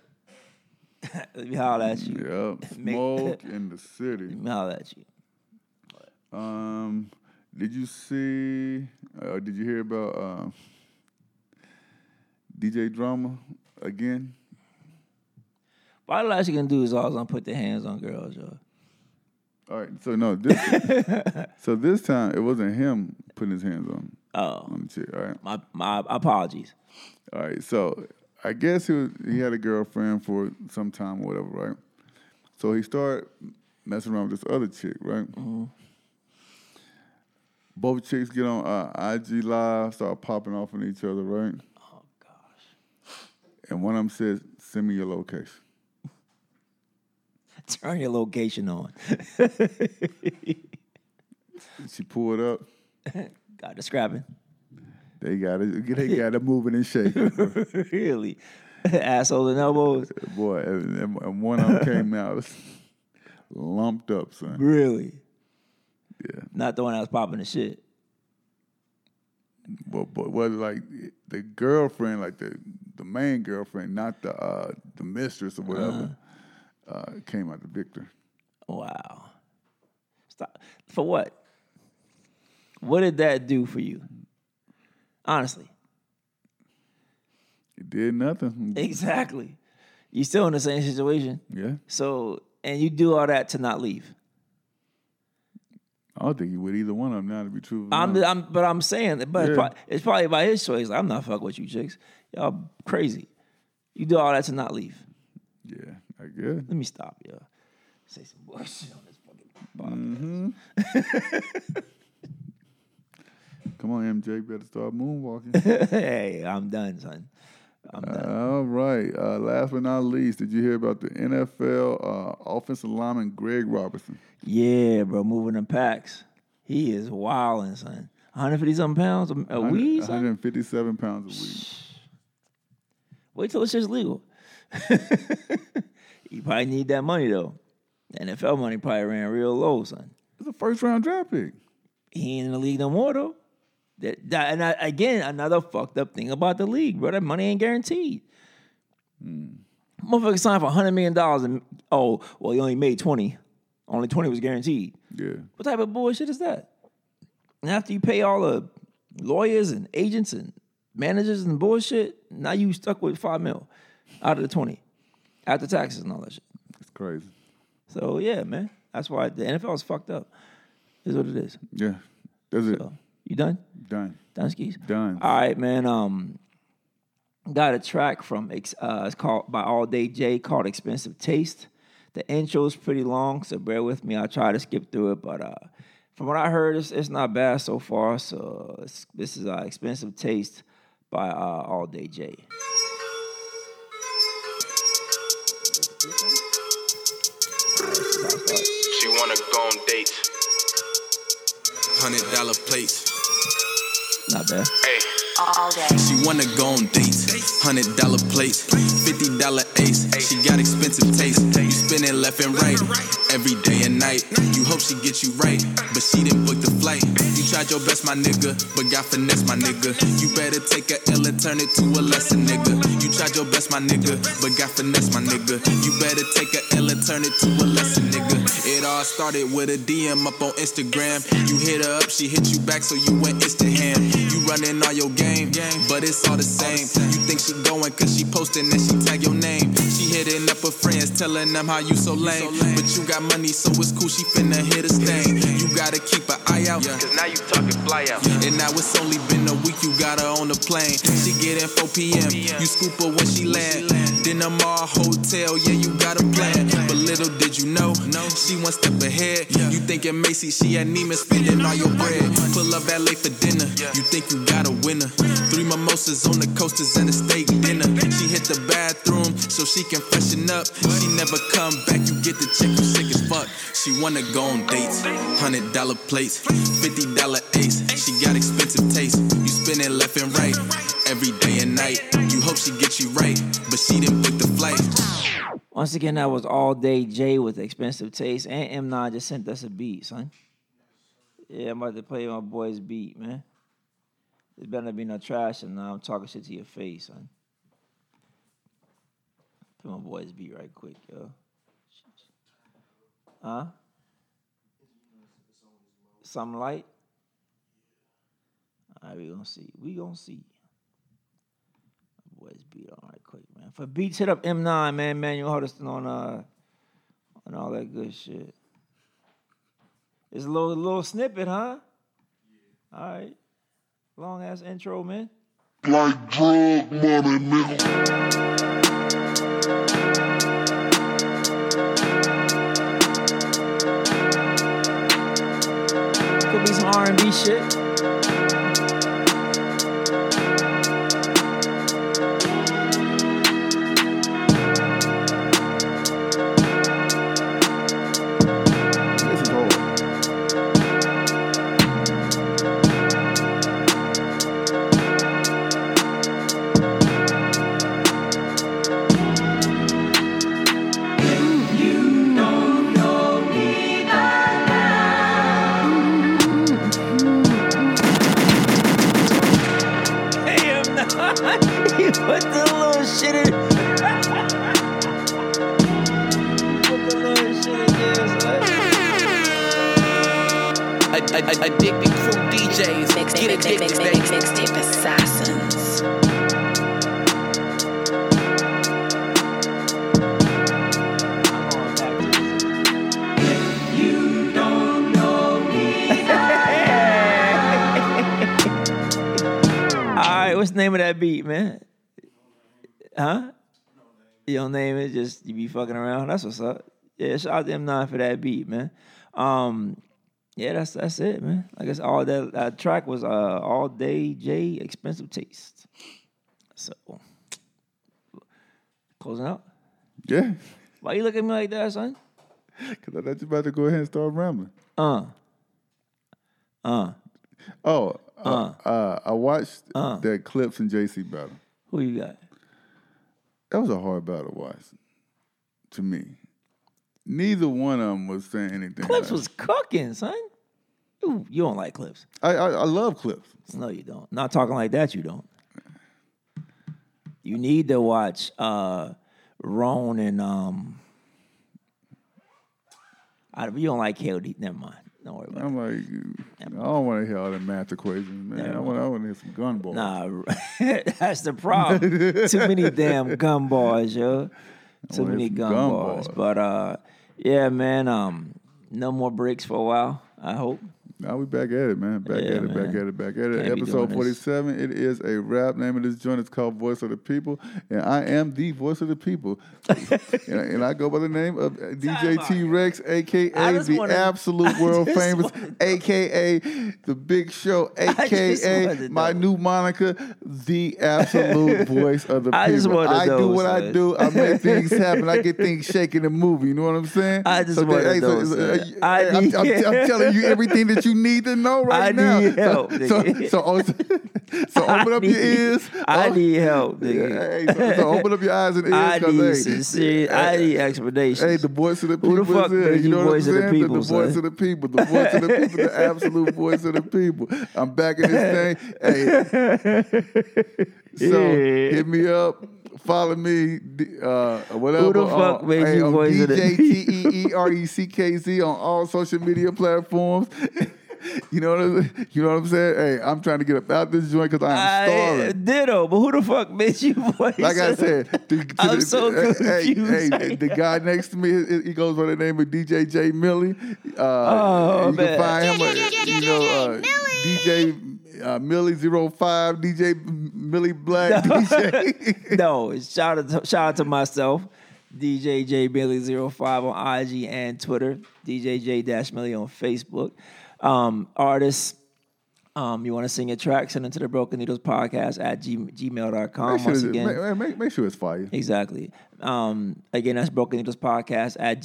Speaker 1: *laughs* Let me holler at you. *laughs*
Speaker 2: Yep. Smoke in the city.
Speaker 1: Let me holler at you.
Speaker 2: Um, did you see? Uh, did you hear about uh, DJ Drama again?
Speaker 1: But all the last you can do is always gonna put their hands on girls, yo.
Speaker 2: All right. So no.
Speaker 1: *laughs*
Speaker 2: This, so this time it wasn't him putting his hands on
Speaker 1: Oh,
Speaker 2: on the chick. All right.
Speaker 1: my my apologies. *laughs*
Speaker 2: All right, so I guess he was, he had a girlfriend for some time or whatever, right? So he started messing around with this other chick, right?
Speaker 1: Mm-hmm.
Speaker 2: Both chicks get on uh, IG Live, start popping off on each other, right?
Speaker 1: Oh gosh.
Speaker 2: And one of them says, "Send me your location."
Speaker 1: Turn your location on.
Speaker 2: She pulled up.
Speaker 1: Got the scrapping.
Speaker 2: They got it. They got it moving
Speaker 1: *laughs*
Speaker 2: and shaking,
Speaker 1: really? *laughs* Asshole and elbows.
Speaker 2: boy. And, and- and one of them came out *laughs* lumped up, son.
Speaker 1: Really?
Speaker 2: Yeah.
Speaker 1: Not the one that was popping the shit.
Speaker 2: But but was like the girlfriend, like the the main girlfriend, not the uh, the mistress or whatever,
Speaker 1: Uh-huh.
Speaker 2: uh came out the victor.
Speaker 1: Wow. Stop. For what? What did that do for you? Honestly. *laughs*
Speaker 2: It did nothing.
Speaker 1: Exactly. You're still in the same situation.
Speaker 2: yeah,
Speaker 1: So, and you do all that to not leave.
Speaker 2: I don't think he would either one of them. Now to be true,
Speaker 1: I'm, I'm, but I'm saying, that- but it's,
Speaker 2: Yeah.
Speaker 1: probably, it's probably by his choice. Like, I'm not fucking with you, chicks. Y'all crazy. You do all that to not leave.
Speaker 2: yeah, I guess.
Speaker 1: Let me stop, yo. Say some bullshit on this fucking
Speaker 2: Come on, MJ, better start
Speaker 1: *laughs*
Speaker 2: moonwalking.
Speaker 1: hey, I'm done, son.
Speaker 2: All right. Uh, last but not least, did you hear about the NFL uh, offensive lineman Greg Robertson?
Speaker 1: Yeah, bro, moving in packs. He is wilding, son. 150 something pounds a, a week, son?
Speaker 2: 157 pounds a week.
Speaker 1: Wait till it's just legal. *laughs* you probably need that money though. NFL money probably ran real low, son.
Speaker 2: It's a first round draft pick.
Speaker 1: He ain't in the league no more though. That, that- and I, again, another fucked up thing about the league, bro. That money ain't guaranteed. Motherfucker signed for hundred million dollars, and oh, well, he only made twenty. Only twenty was guaranteed.
Speaker 2: Yeah.
Speaker 1: What type of bullshit is that? And after you pay all the lawyers and agents and managers and bullshit, now you stuck with five mil out of the twenty after taxes and all that shit.
Speaker 2: It's crazy.
Speaker 1: So yeah, man, that's why the NFL is fucked up. Is what it is.
Speaker 2: Yeah. That's it.
Speaker 1: So, you done?
Speaker 2: Done.
Speaker 1: Done skis?
Speaker 2: Done.
Speaker 1: All right, man. Um, got a track from ex- uh, it's called by All Day J called "Expensive Taste." The intro's pretty long, so bear with me. I'll try to skip through it, but uh, from what I heard, it's, it's not bad so far. So it's, this is uh, "Expensive Taste" by uh, All Day J.
Speaker 6: She wanna go on dates.
Speaker 7: Hundred dollar plates.
Speaker 1: Not bad.
Speaker 6: Hey,
Speaker 8: all day.
Speaker 7: She wanna go on dates. Hundred dollar plates. Fifty dollar ace. She got expensive taste. You spin it left and right. Every day and night. You hope she get you right. But she didn't book the flight. You tried your best, my nigga. But got finesse, my nigga. You better take a L and turn it to a lesson, nigga. You tried your best, my nigga. But got finesse, my nigga. You better take a L and turn it to a lesson, nigga. It all started with a DM up on Instagram. You hit her up, she hit you back, so you went instant ham. You running all your game, but it's all the same. You think she going cause she posting and she tag your name. She hitting up her friends, telling them how you so lame. But you got money, so it's cool, she finna hit a stain. You gotta keep an eye out,
Speaker 6: cause now you talking fly out.
Speaker 7: and now it's only been a week, you got her on the plane. She get in 4 p.m., you scoop her when she land. Then I'm all hotel, yeah, you got a plan. But little did you know, she one step ahead. You thinking Macy, she at Neiman spending all your bread. Pull up LA for dinner, you think you got a winner. Three mimosas on the coasters and a steak dinner. She hit the bathroom so she can freshen up. She never come back, you get the chick, you sick as fuck. She wanna go on dates, hundred dollar plates, fifty dollar ace. She got expensive taste. You spin it left and right, every day and night. You hope she gets you right, but she didn't book the flight.
Speaker 1: Once again, that was All Day J with Expensive Taste. And M9 just sent us a beat, son. Yeah, I'm about to play my boy's beat, man. There's better not be no trash, and now I'm talking shit to your face, son. Play my boy's beat right quick, yo. Huh? Some light? All right, we gonna see. We gonna see. Boys beat on right quick, man. For beats, hit up M9, man. Manuel Hudson on uh on all that good shit. It's a little little snippet, huh? All right. Long ass intro, man.
Speaker 9: like drug money, nigga.
Speaker 1: Could be some R and B shit.
Speaker 2: This is hard.
Speaker 1: Hey, M9. you *laughs* put the little shit in. *laughs* Put the little shit in there, son.
Speaker 10: Ad- ad- ad- Addicted crew DJs.
Speaker 8: Mix,
Speaker 10: Get
Speaker 8: mix, mix,
Speaker 10: addicted,
Speaker 8: mix,
Speaker 10: baby.
Speaker 8: mix, mix, mixtape assassins.
Speaker 1: I'm going back to this. All right, what's the name of that beat, man? Huh? Your name is just you be fucking around. That's what's up. Yeah, shout out to M9 for that beat, man. Um, yeah, that's that's it, man. Like it's all that uh, track was uh, all day J expensive taste. So closing out.
Speaker 2: Yeah.
Speaker 1: Why you look at me like that, son?
Speaker 2: Cause I thought you about to go ahead and start rambling.
Speaker 1: Uh. Uh.
Speaker 2: Oh, uh, uh, I watched that Clips and JC battle.
Speaker 1: Who you got?
Speaker 2: That was a hard battle to watch to me. Neither one of them was saying anything.
Speaker 1: Clips
Speaker 2: like-
Speaker 1: was cooking, son. You, you don't like clips.
Speaker 2: I, I I love Clips.
Speaker 1: No, you don't. Not talking like that, you don't. You need to watch uh Roan and um I, you don't like KOD. Never mind. Don't worry about it.
Speaker 2: I'm like, I don't want to hear all that math equations, man. I want I want to hear some gunballs.
Speaker 1: Nah, *laughs* that's the problem. Too many damn gun bars, yo. Too
Speaker 2: wanna hear
Speaker 1: many
Speaker 2: some
Speaker 1: gun,
Speaker 2: gun
Speaker 1: bars.
Speaker 2: bars.
Speaker 1: But uh, yeah, man. Um, no more breaks for a while. I hope.
Speaker 2: Now we back at it, man. Back
Speaker 1: Yeah,
Speaker 2: at it, back
Speaker 1: man.
Speaker 2: at it, back at it.
Speaker 1: Can't be doing
Speaker 2: Episode
Speaker 1: this.
Speaker 2: 47. It is a rap. Name of this joint is called Voice of the People. And I am the voice of
Speaker 1: *laughs*
Speaker 2: the people. and, I, and I go by the name of DJ T Rex,
Speaker 1: I
Speaker 2: aka
Speaker 1: just
Speaker 2: the
Speaker 1: wanna- *laughs*
Speaker 2: absolute world
Speaker 1: just
Speaker 2: famous,
Speaker 1: wanna know.
Speaker 2: aka the big
Speaker 1: *laughs*
Speaker 2: show,
Speaker 1: just wanna
Speaker 2: aka my
Speaker 1: know.
Speaker 2: new Monica, the
Speaker 1: *laughs*
Speaker 2: absolute voice of the people.
Speaker 1: I just wanna
Speaker 2: I do
Speaker 1: know,
Speaker 2: what I
Speaker 1: son.
Speaker 2: do.
Speaker 1: *laughs*
Speaker 2: I make things happen. I get things shaking and moving. You know what I'm saying?
Speaker 1: I just
Speaker 2: that-
Speaker 1: wanna
Speaker 2: hey,
Speaker 1: know, son.
Speaker 2: hey,
Speaker 1: I
Speaker 2: I'm-
Speaker 1: need- *laughs*
Speaker 2: I'm- I'm telling you everything that you need to know right
Speaker 1: I
Speaker 2: now.
Speaker 1: need help,
Speaker 2: So, so,
Speaker 1: nigga.
Speaker 2: so, o-
Speaker 1: *laughs*
Speaker 2: so
Speaker 1: I
Speaker 2: open up
Speaker 1: need-
Speaker 2: your ears.
Speaker 1: I
Speaker 2: Oh,
Speaker 1: need help,
Speaker 2: yeah,
Speaker 1: nigga.
Speaker 2: hey, so, so open up your eyes and ears.
Speaker 1: *laughs* I
Speaker 2: 'cause,
Speaker 1: need
Speaker 2: hey,
Speaker 1: sincere. I
Speaker 2: hey,
Speaker 1: need explanation.
Speaker 2: Hey, the voice of the people.
Speaker 1: Who the fuck
Speaker 2: is here.
Speaker 1: made
Speaker 2: You
Speaker 1: you
Speaker 2: know what I'm
Speaker 1: voice of the
Speaker 2: saying? The-
Speaker 1: people,
Speaker 2: The, voice
Speaker 1: son?
Speaker 2: of the people. The voice of the people. The
Speaker 1: *laughs*
Speaker 2: absolute voice of the people. I'm back in this thing. Hey. So
Speaker 1: Yeah.
Speaker 2: hit me up. Follow me. d- Uh, whatever.
Speaker 1: Who the fuck
Speaker 2: uh,
Speaker 1: made
Speaker 2: hey,
Speaker 1: you
Speaker 2: on
Speaker 1: voice of the-
Speaker 2: DJ E T-E-E-R-E-C-K-Z on all social media platforms. *laughs* You know what I'm, you know what I'm saying? Hey, I'm trying to get up out this joint because I am starving.
Speaker 1: I, ditto, but who the fuck made you *laughs* voice?
Speaker 2: Like I
Speaker 1: of-
Speaker 2: said, to- to
Speaker 1: I'm
Speaker 2: the-
Speaker 1: so
Speaker 2: hey,
Speaker 1: confused
Speaker 2: Hey,
Speaker 1: right
Speaker 2: the
Speaker 1: now.
Speaker 2: guy next to me, he- he goes by the name of DJ J Millie. Uh,
Speaker 1: Oh,
Speaker 2: you
Speaker 1: man.
Speaker 2: can find him, uh, you know, uh, DJ uh, Millie 05, DJ
Speaker 1: *laughs*
Speaker 2: Millie Black, DJ.
Speaker 1: *laughs* no, it's shout out to, shout out to myself, DJ J Billy 5 on IG and Twitter, DJ J Dash Millie on Facebook. Um, artists, um, you want to sing your track, send it to the Broken Needles Podcast at g- gmail.com.
Speaker 2: Make sure,
Speaker 1: Once
Speaker 2: it's-
Speaker 1: again,
Speaker 2: make, make, make sure it's fire.
Speaker 1: Exactly. Um, again, that's Broken Needles Podcast at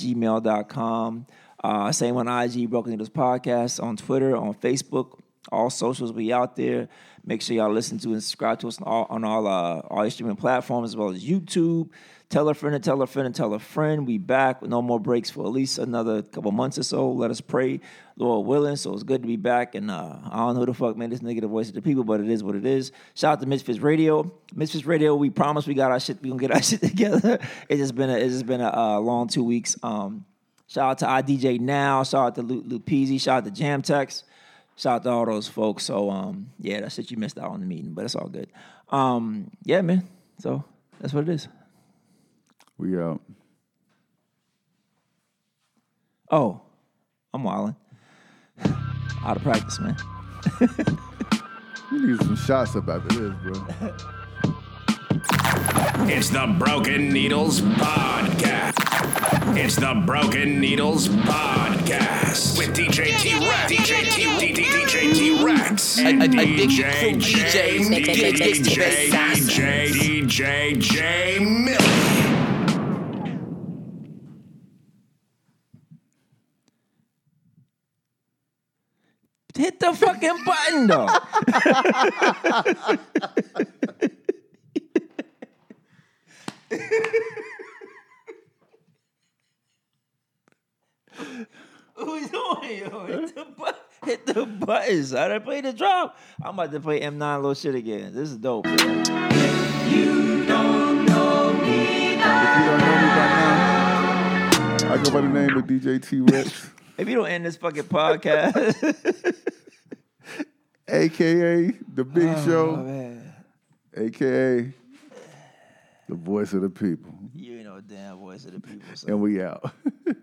Speaker 1: gmail.com. Uh, same on IG, Broken Needles Podcast, on Twitter, on Facebook, all socials we out there. Make sure y'all listen to and subscribe to us on all, on all, uh, all your streaming platforms as well as YouTube. Tell a friend and tell a friend and tell a friend. We back with no more breaks for at least another couple months or so. Let us pray, Lord willing. So it's good to be back. And uh, I don't know who the fuck made this nigga the voice of the people, but it is what it is. Shout out to Misfits Radio. Misfits Radio, we promise we got our shit. We gonna get our *laughs* shit together. It's just been a it's just been a uh, long two weeks. Um, shout out to IDJ now. Shout out to Lu- Lupizzi. Shout out to Jamtex. Shout out to all those folks. So um, yeah, that shit you missed out on the meeting, but it's all good. Um, yeah, man. So that's what it is.
Speaker 2: We uh, out.
Speaker 1: Oh, I'm wilding. Out of practice, man.
Speaker 2: We need some shots up after this, bro.
Speaker 3: It's the Broken Needles Podcast. It's the Broken Needles Podcast with DJ T Rex, DJ T DJ T Rex, and
Speaker 10: A- a- addicted
Speaker 3: DJ
Speaker 10: crew DJs.
Speaker 3: J- DJ DJ DJ J Miller.
Speaker 1: Hit the fucking button, *laughs* though. What we doing, yo? Hit the, bu- hit the buttons. I done played the drop. I'm about to play M9 little shit again. This is dope.
Speaker 2: If you don't know me by now, I go by the name of DJ
Speaker 1: *laughs*
Speaker 2: T Rex,
Speaker 1: If you don't end this fucking podcast, *laughs*
Speaker 2: aka The Big Show,
Speaker 1: Oh, man,
Speaker 2: aka The Voice of the People.
Speaker 1: you ain't no damn voice of the people. So.
Speaker 2: And we out. *laughs*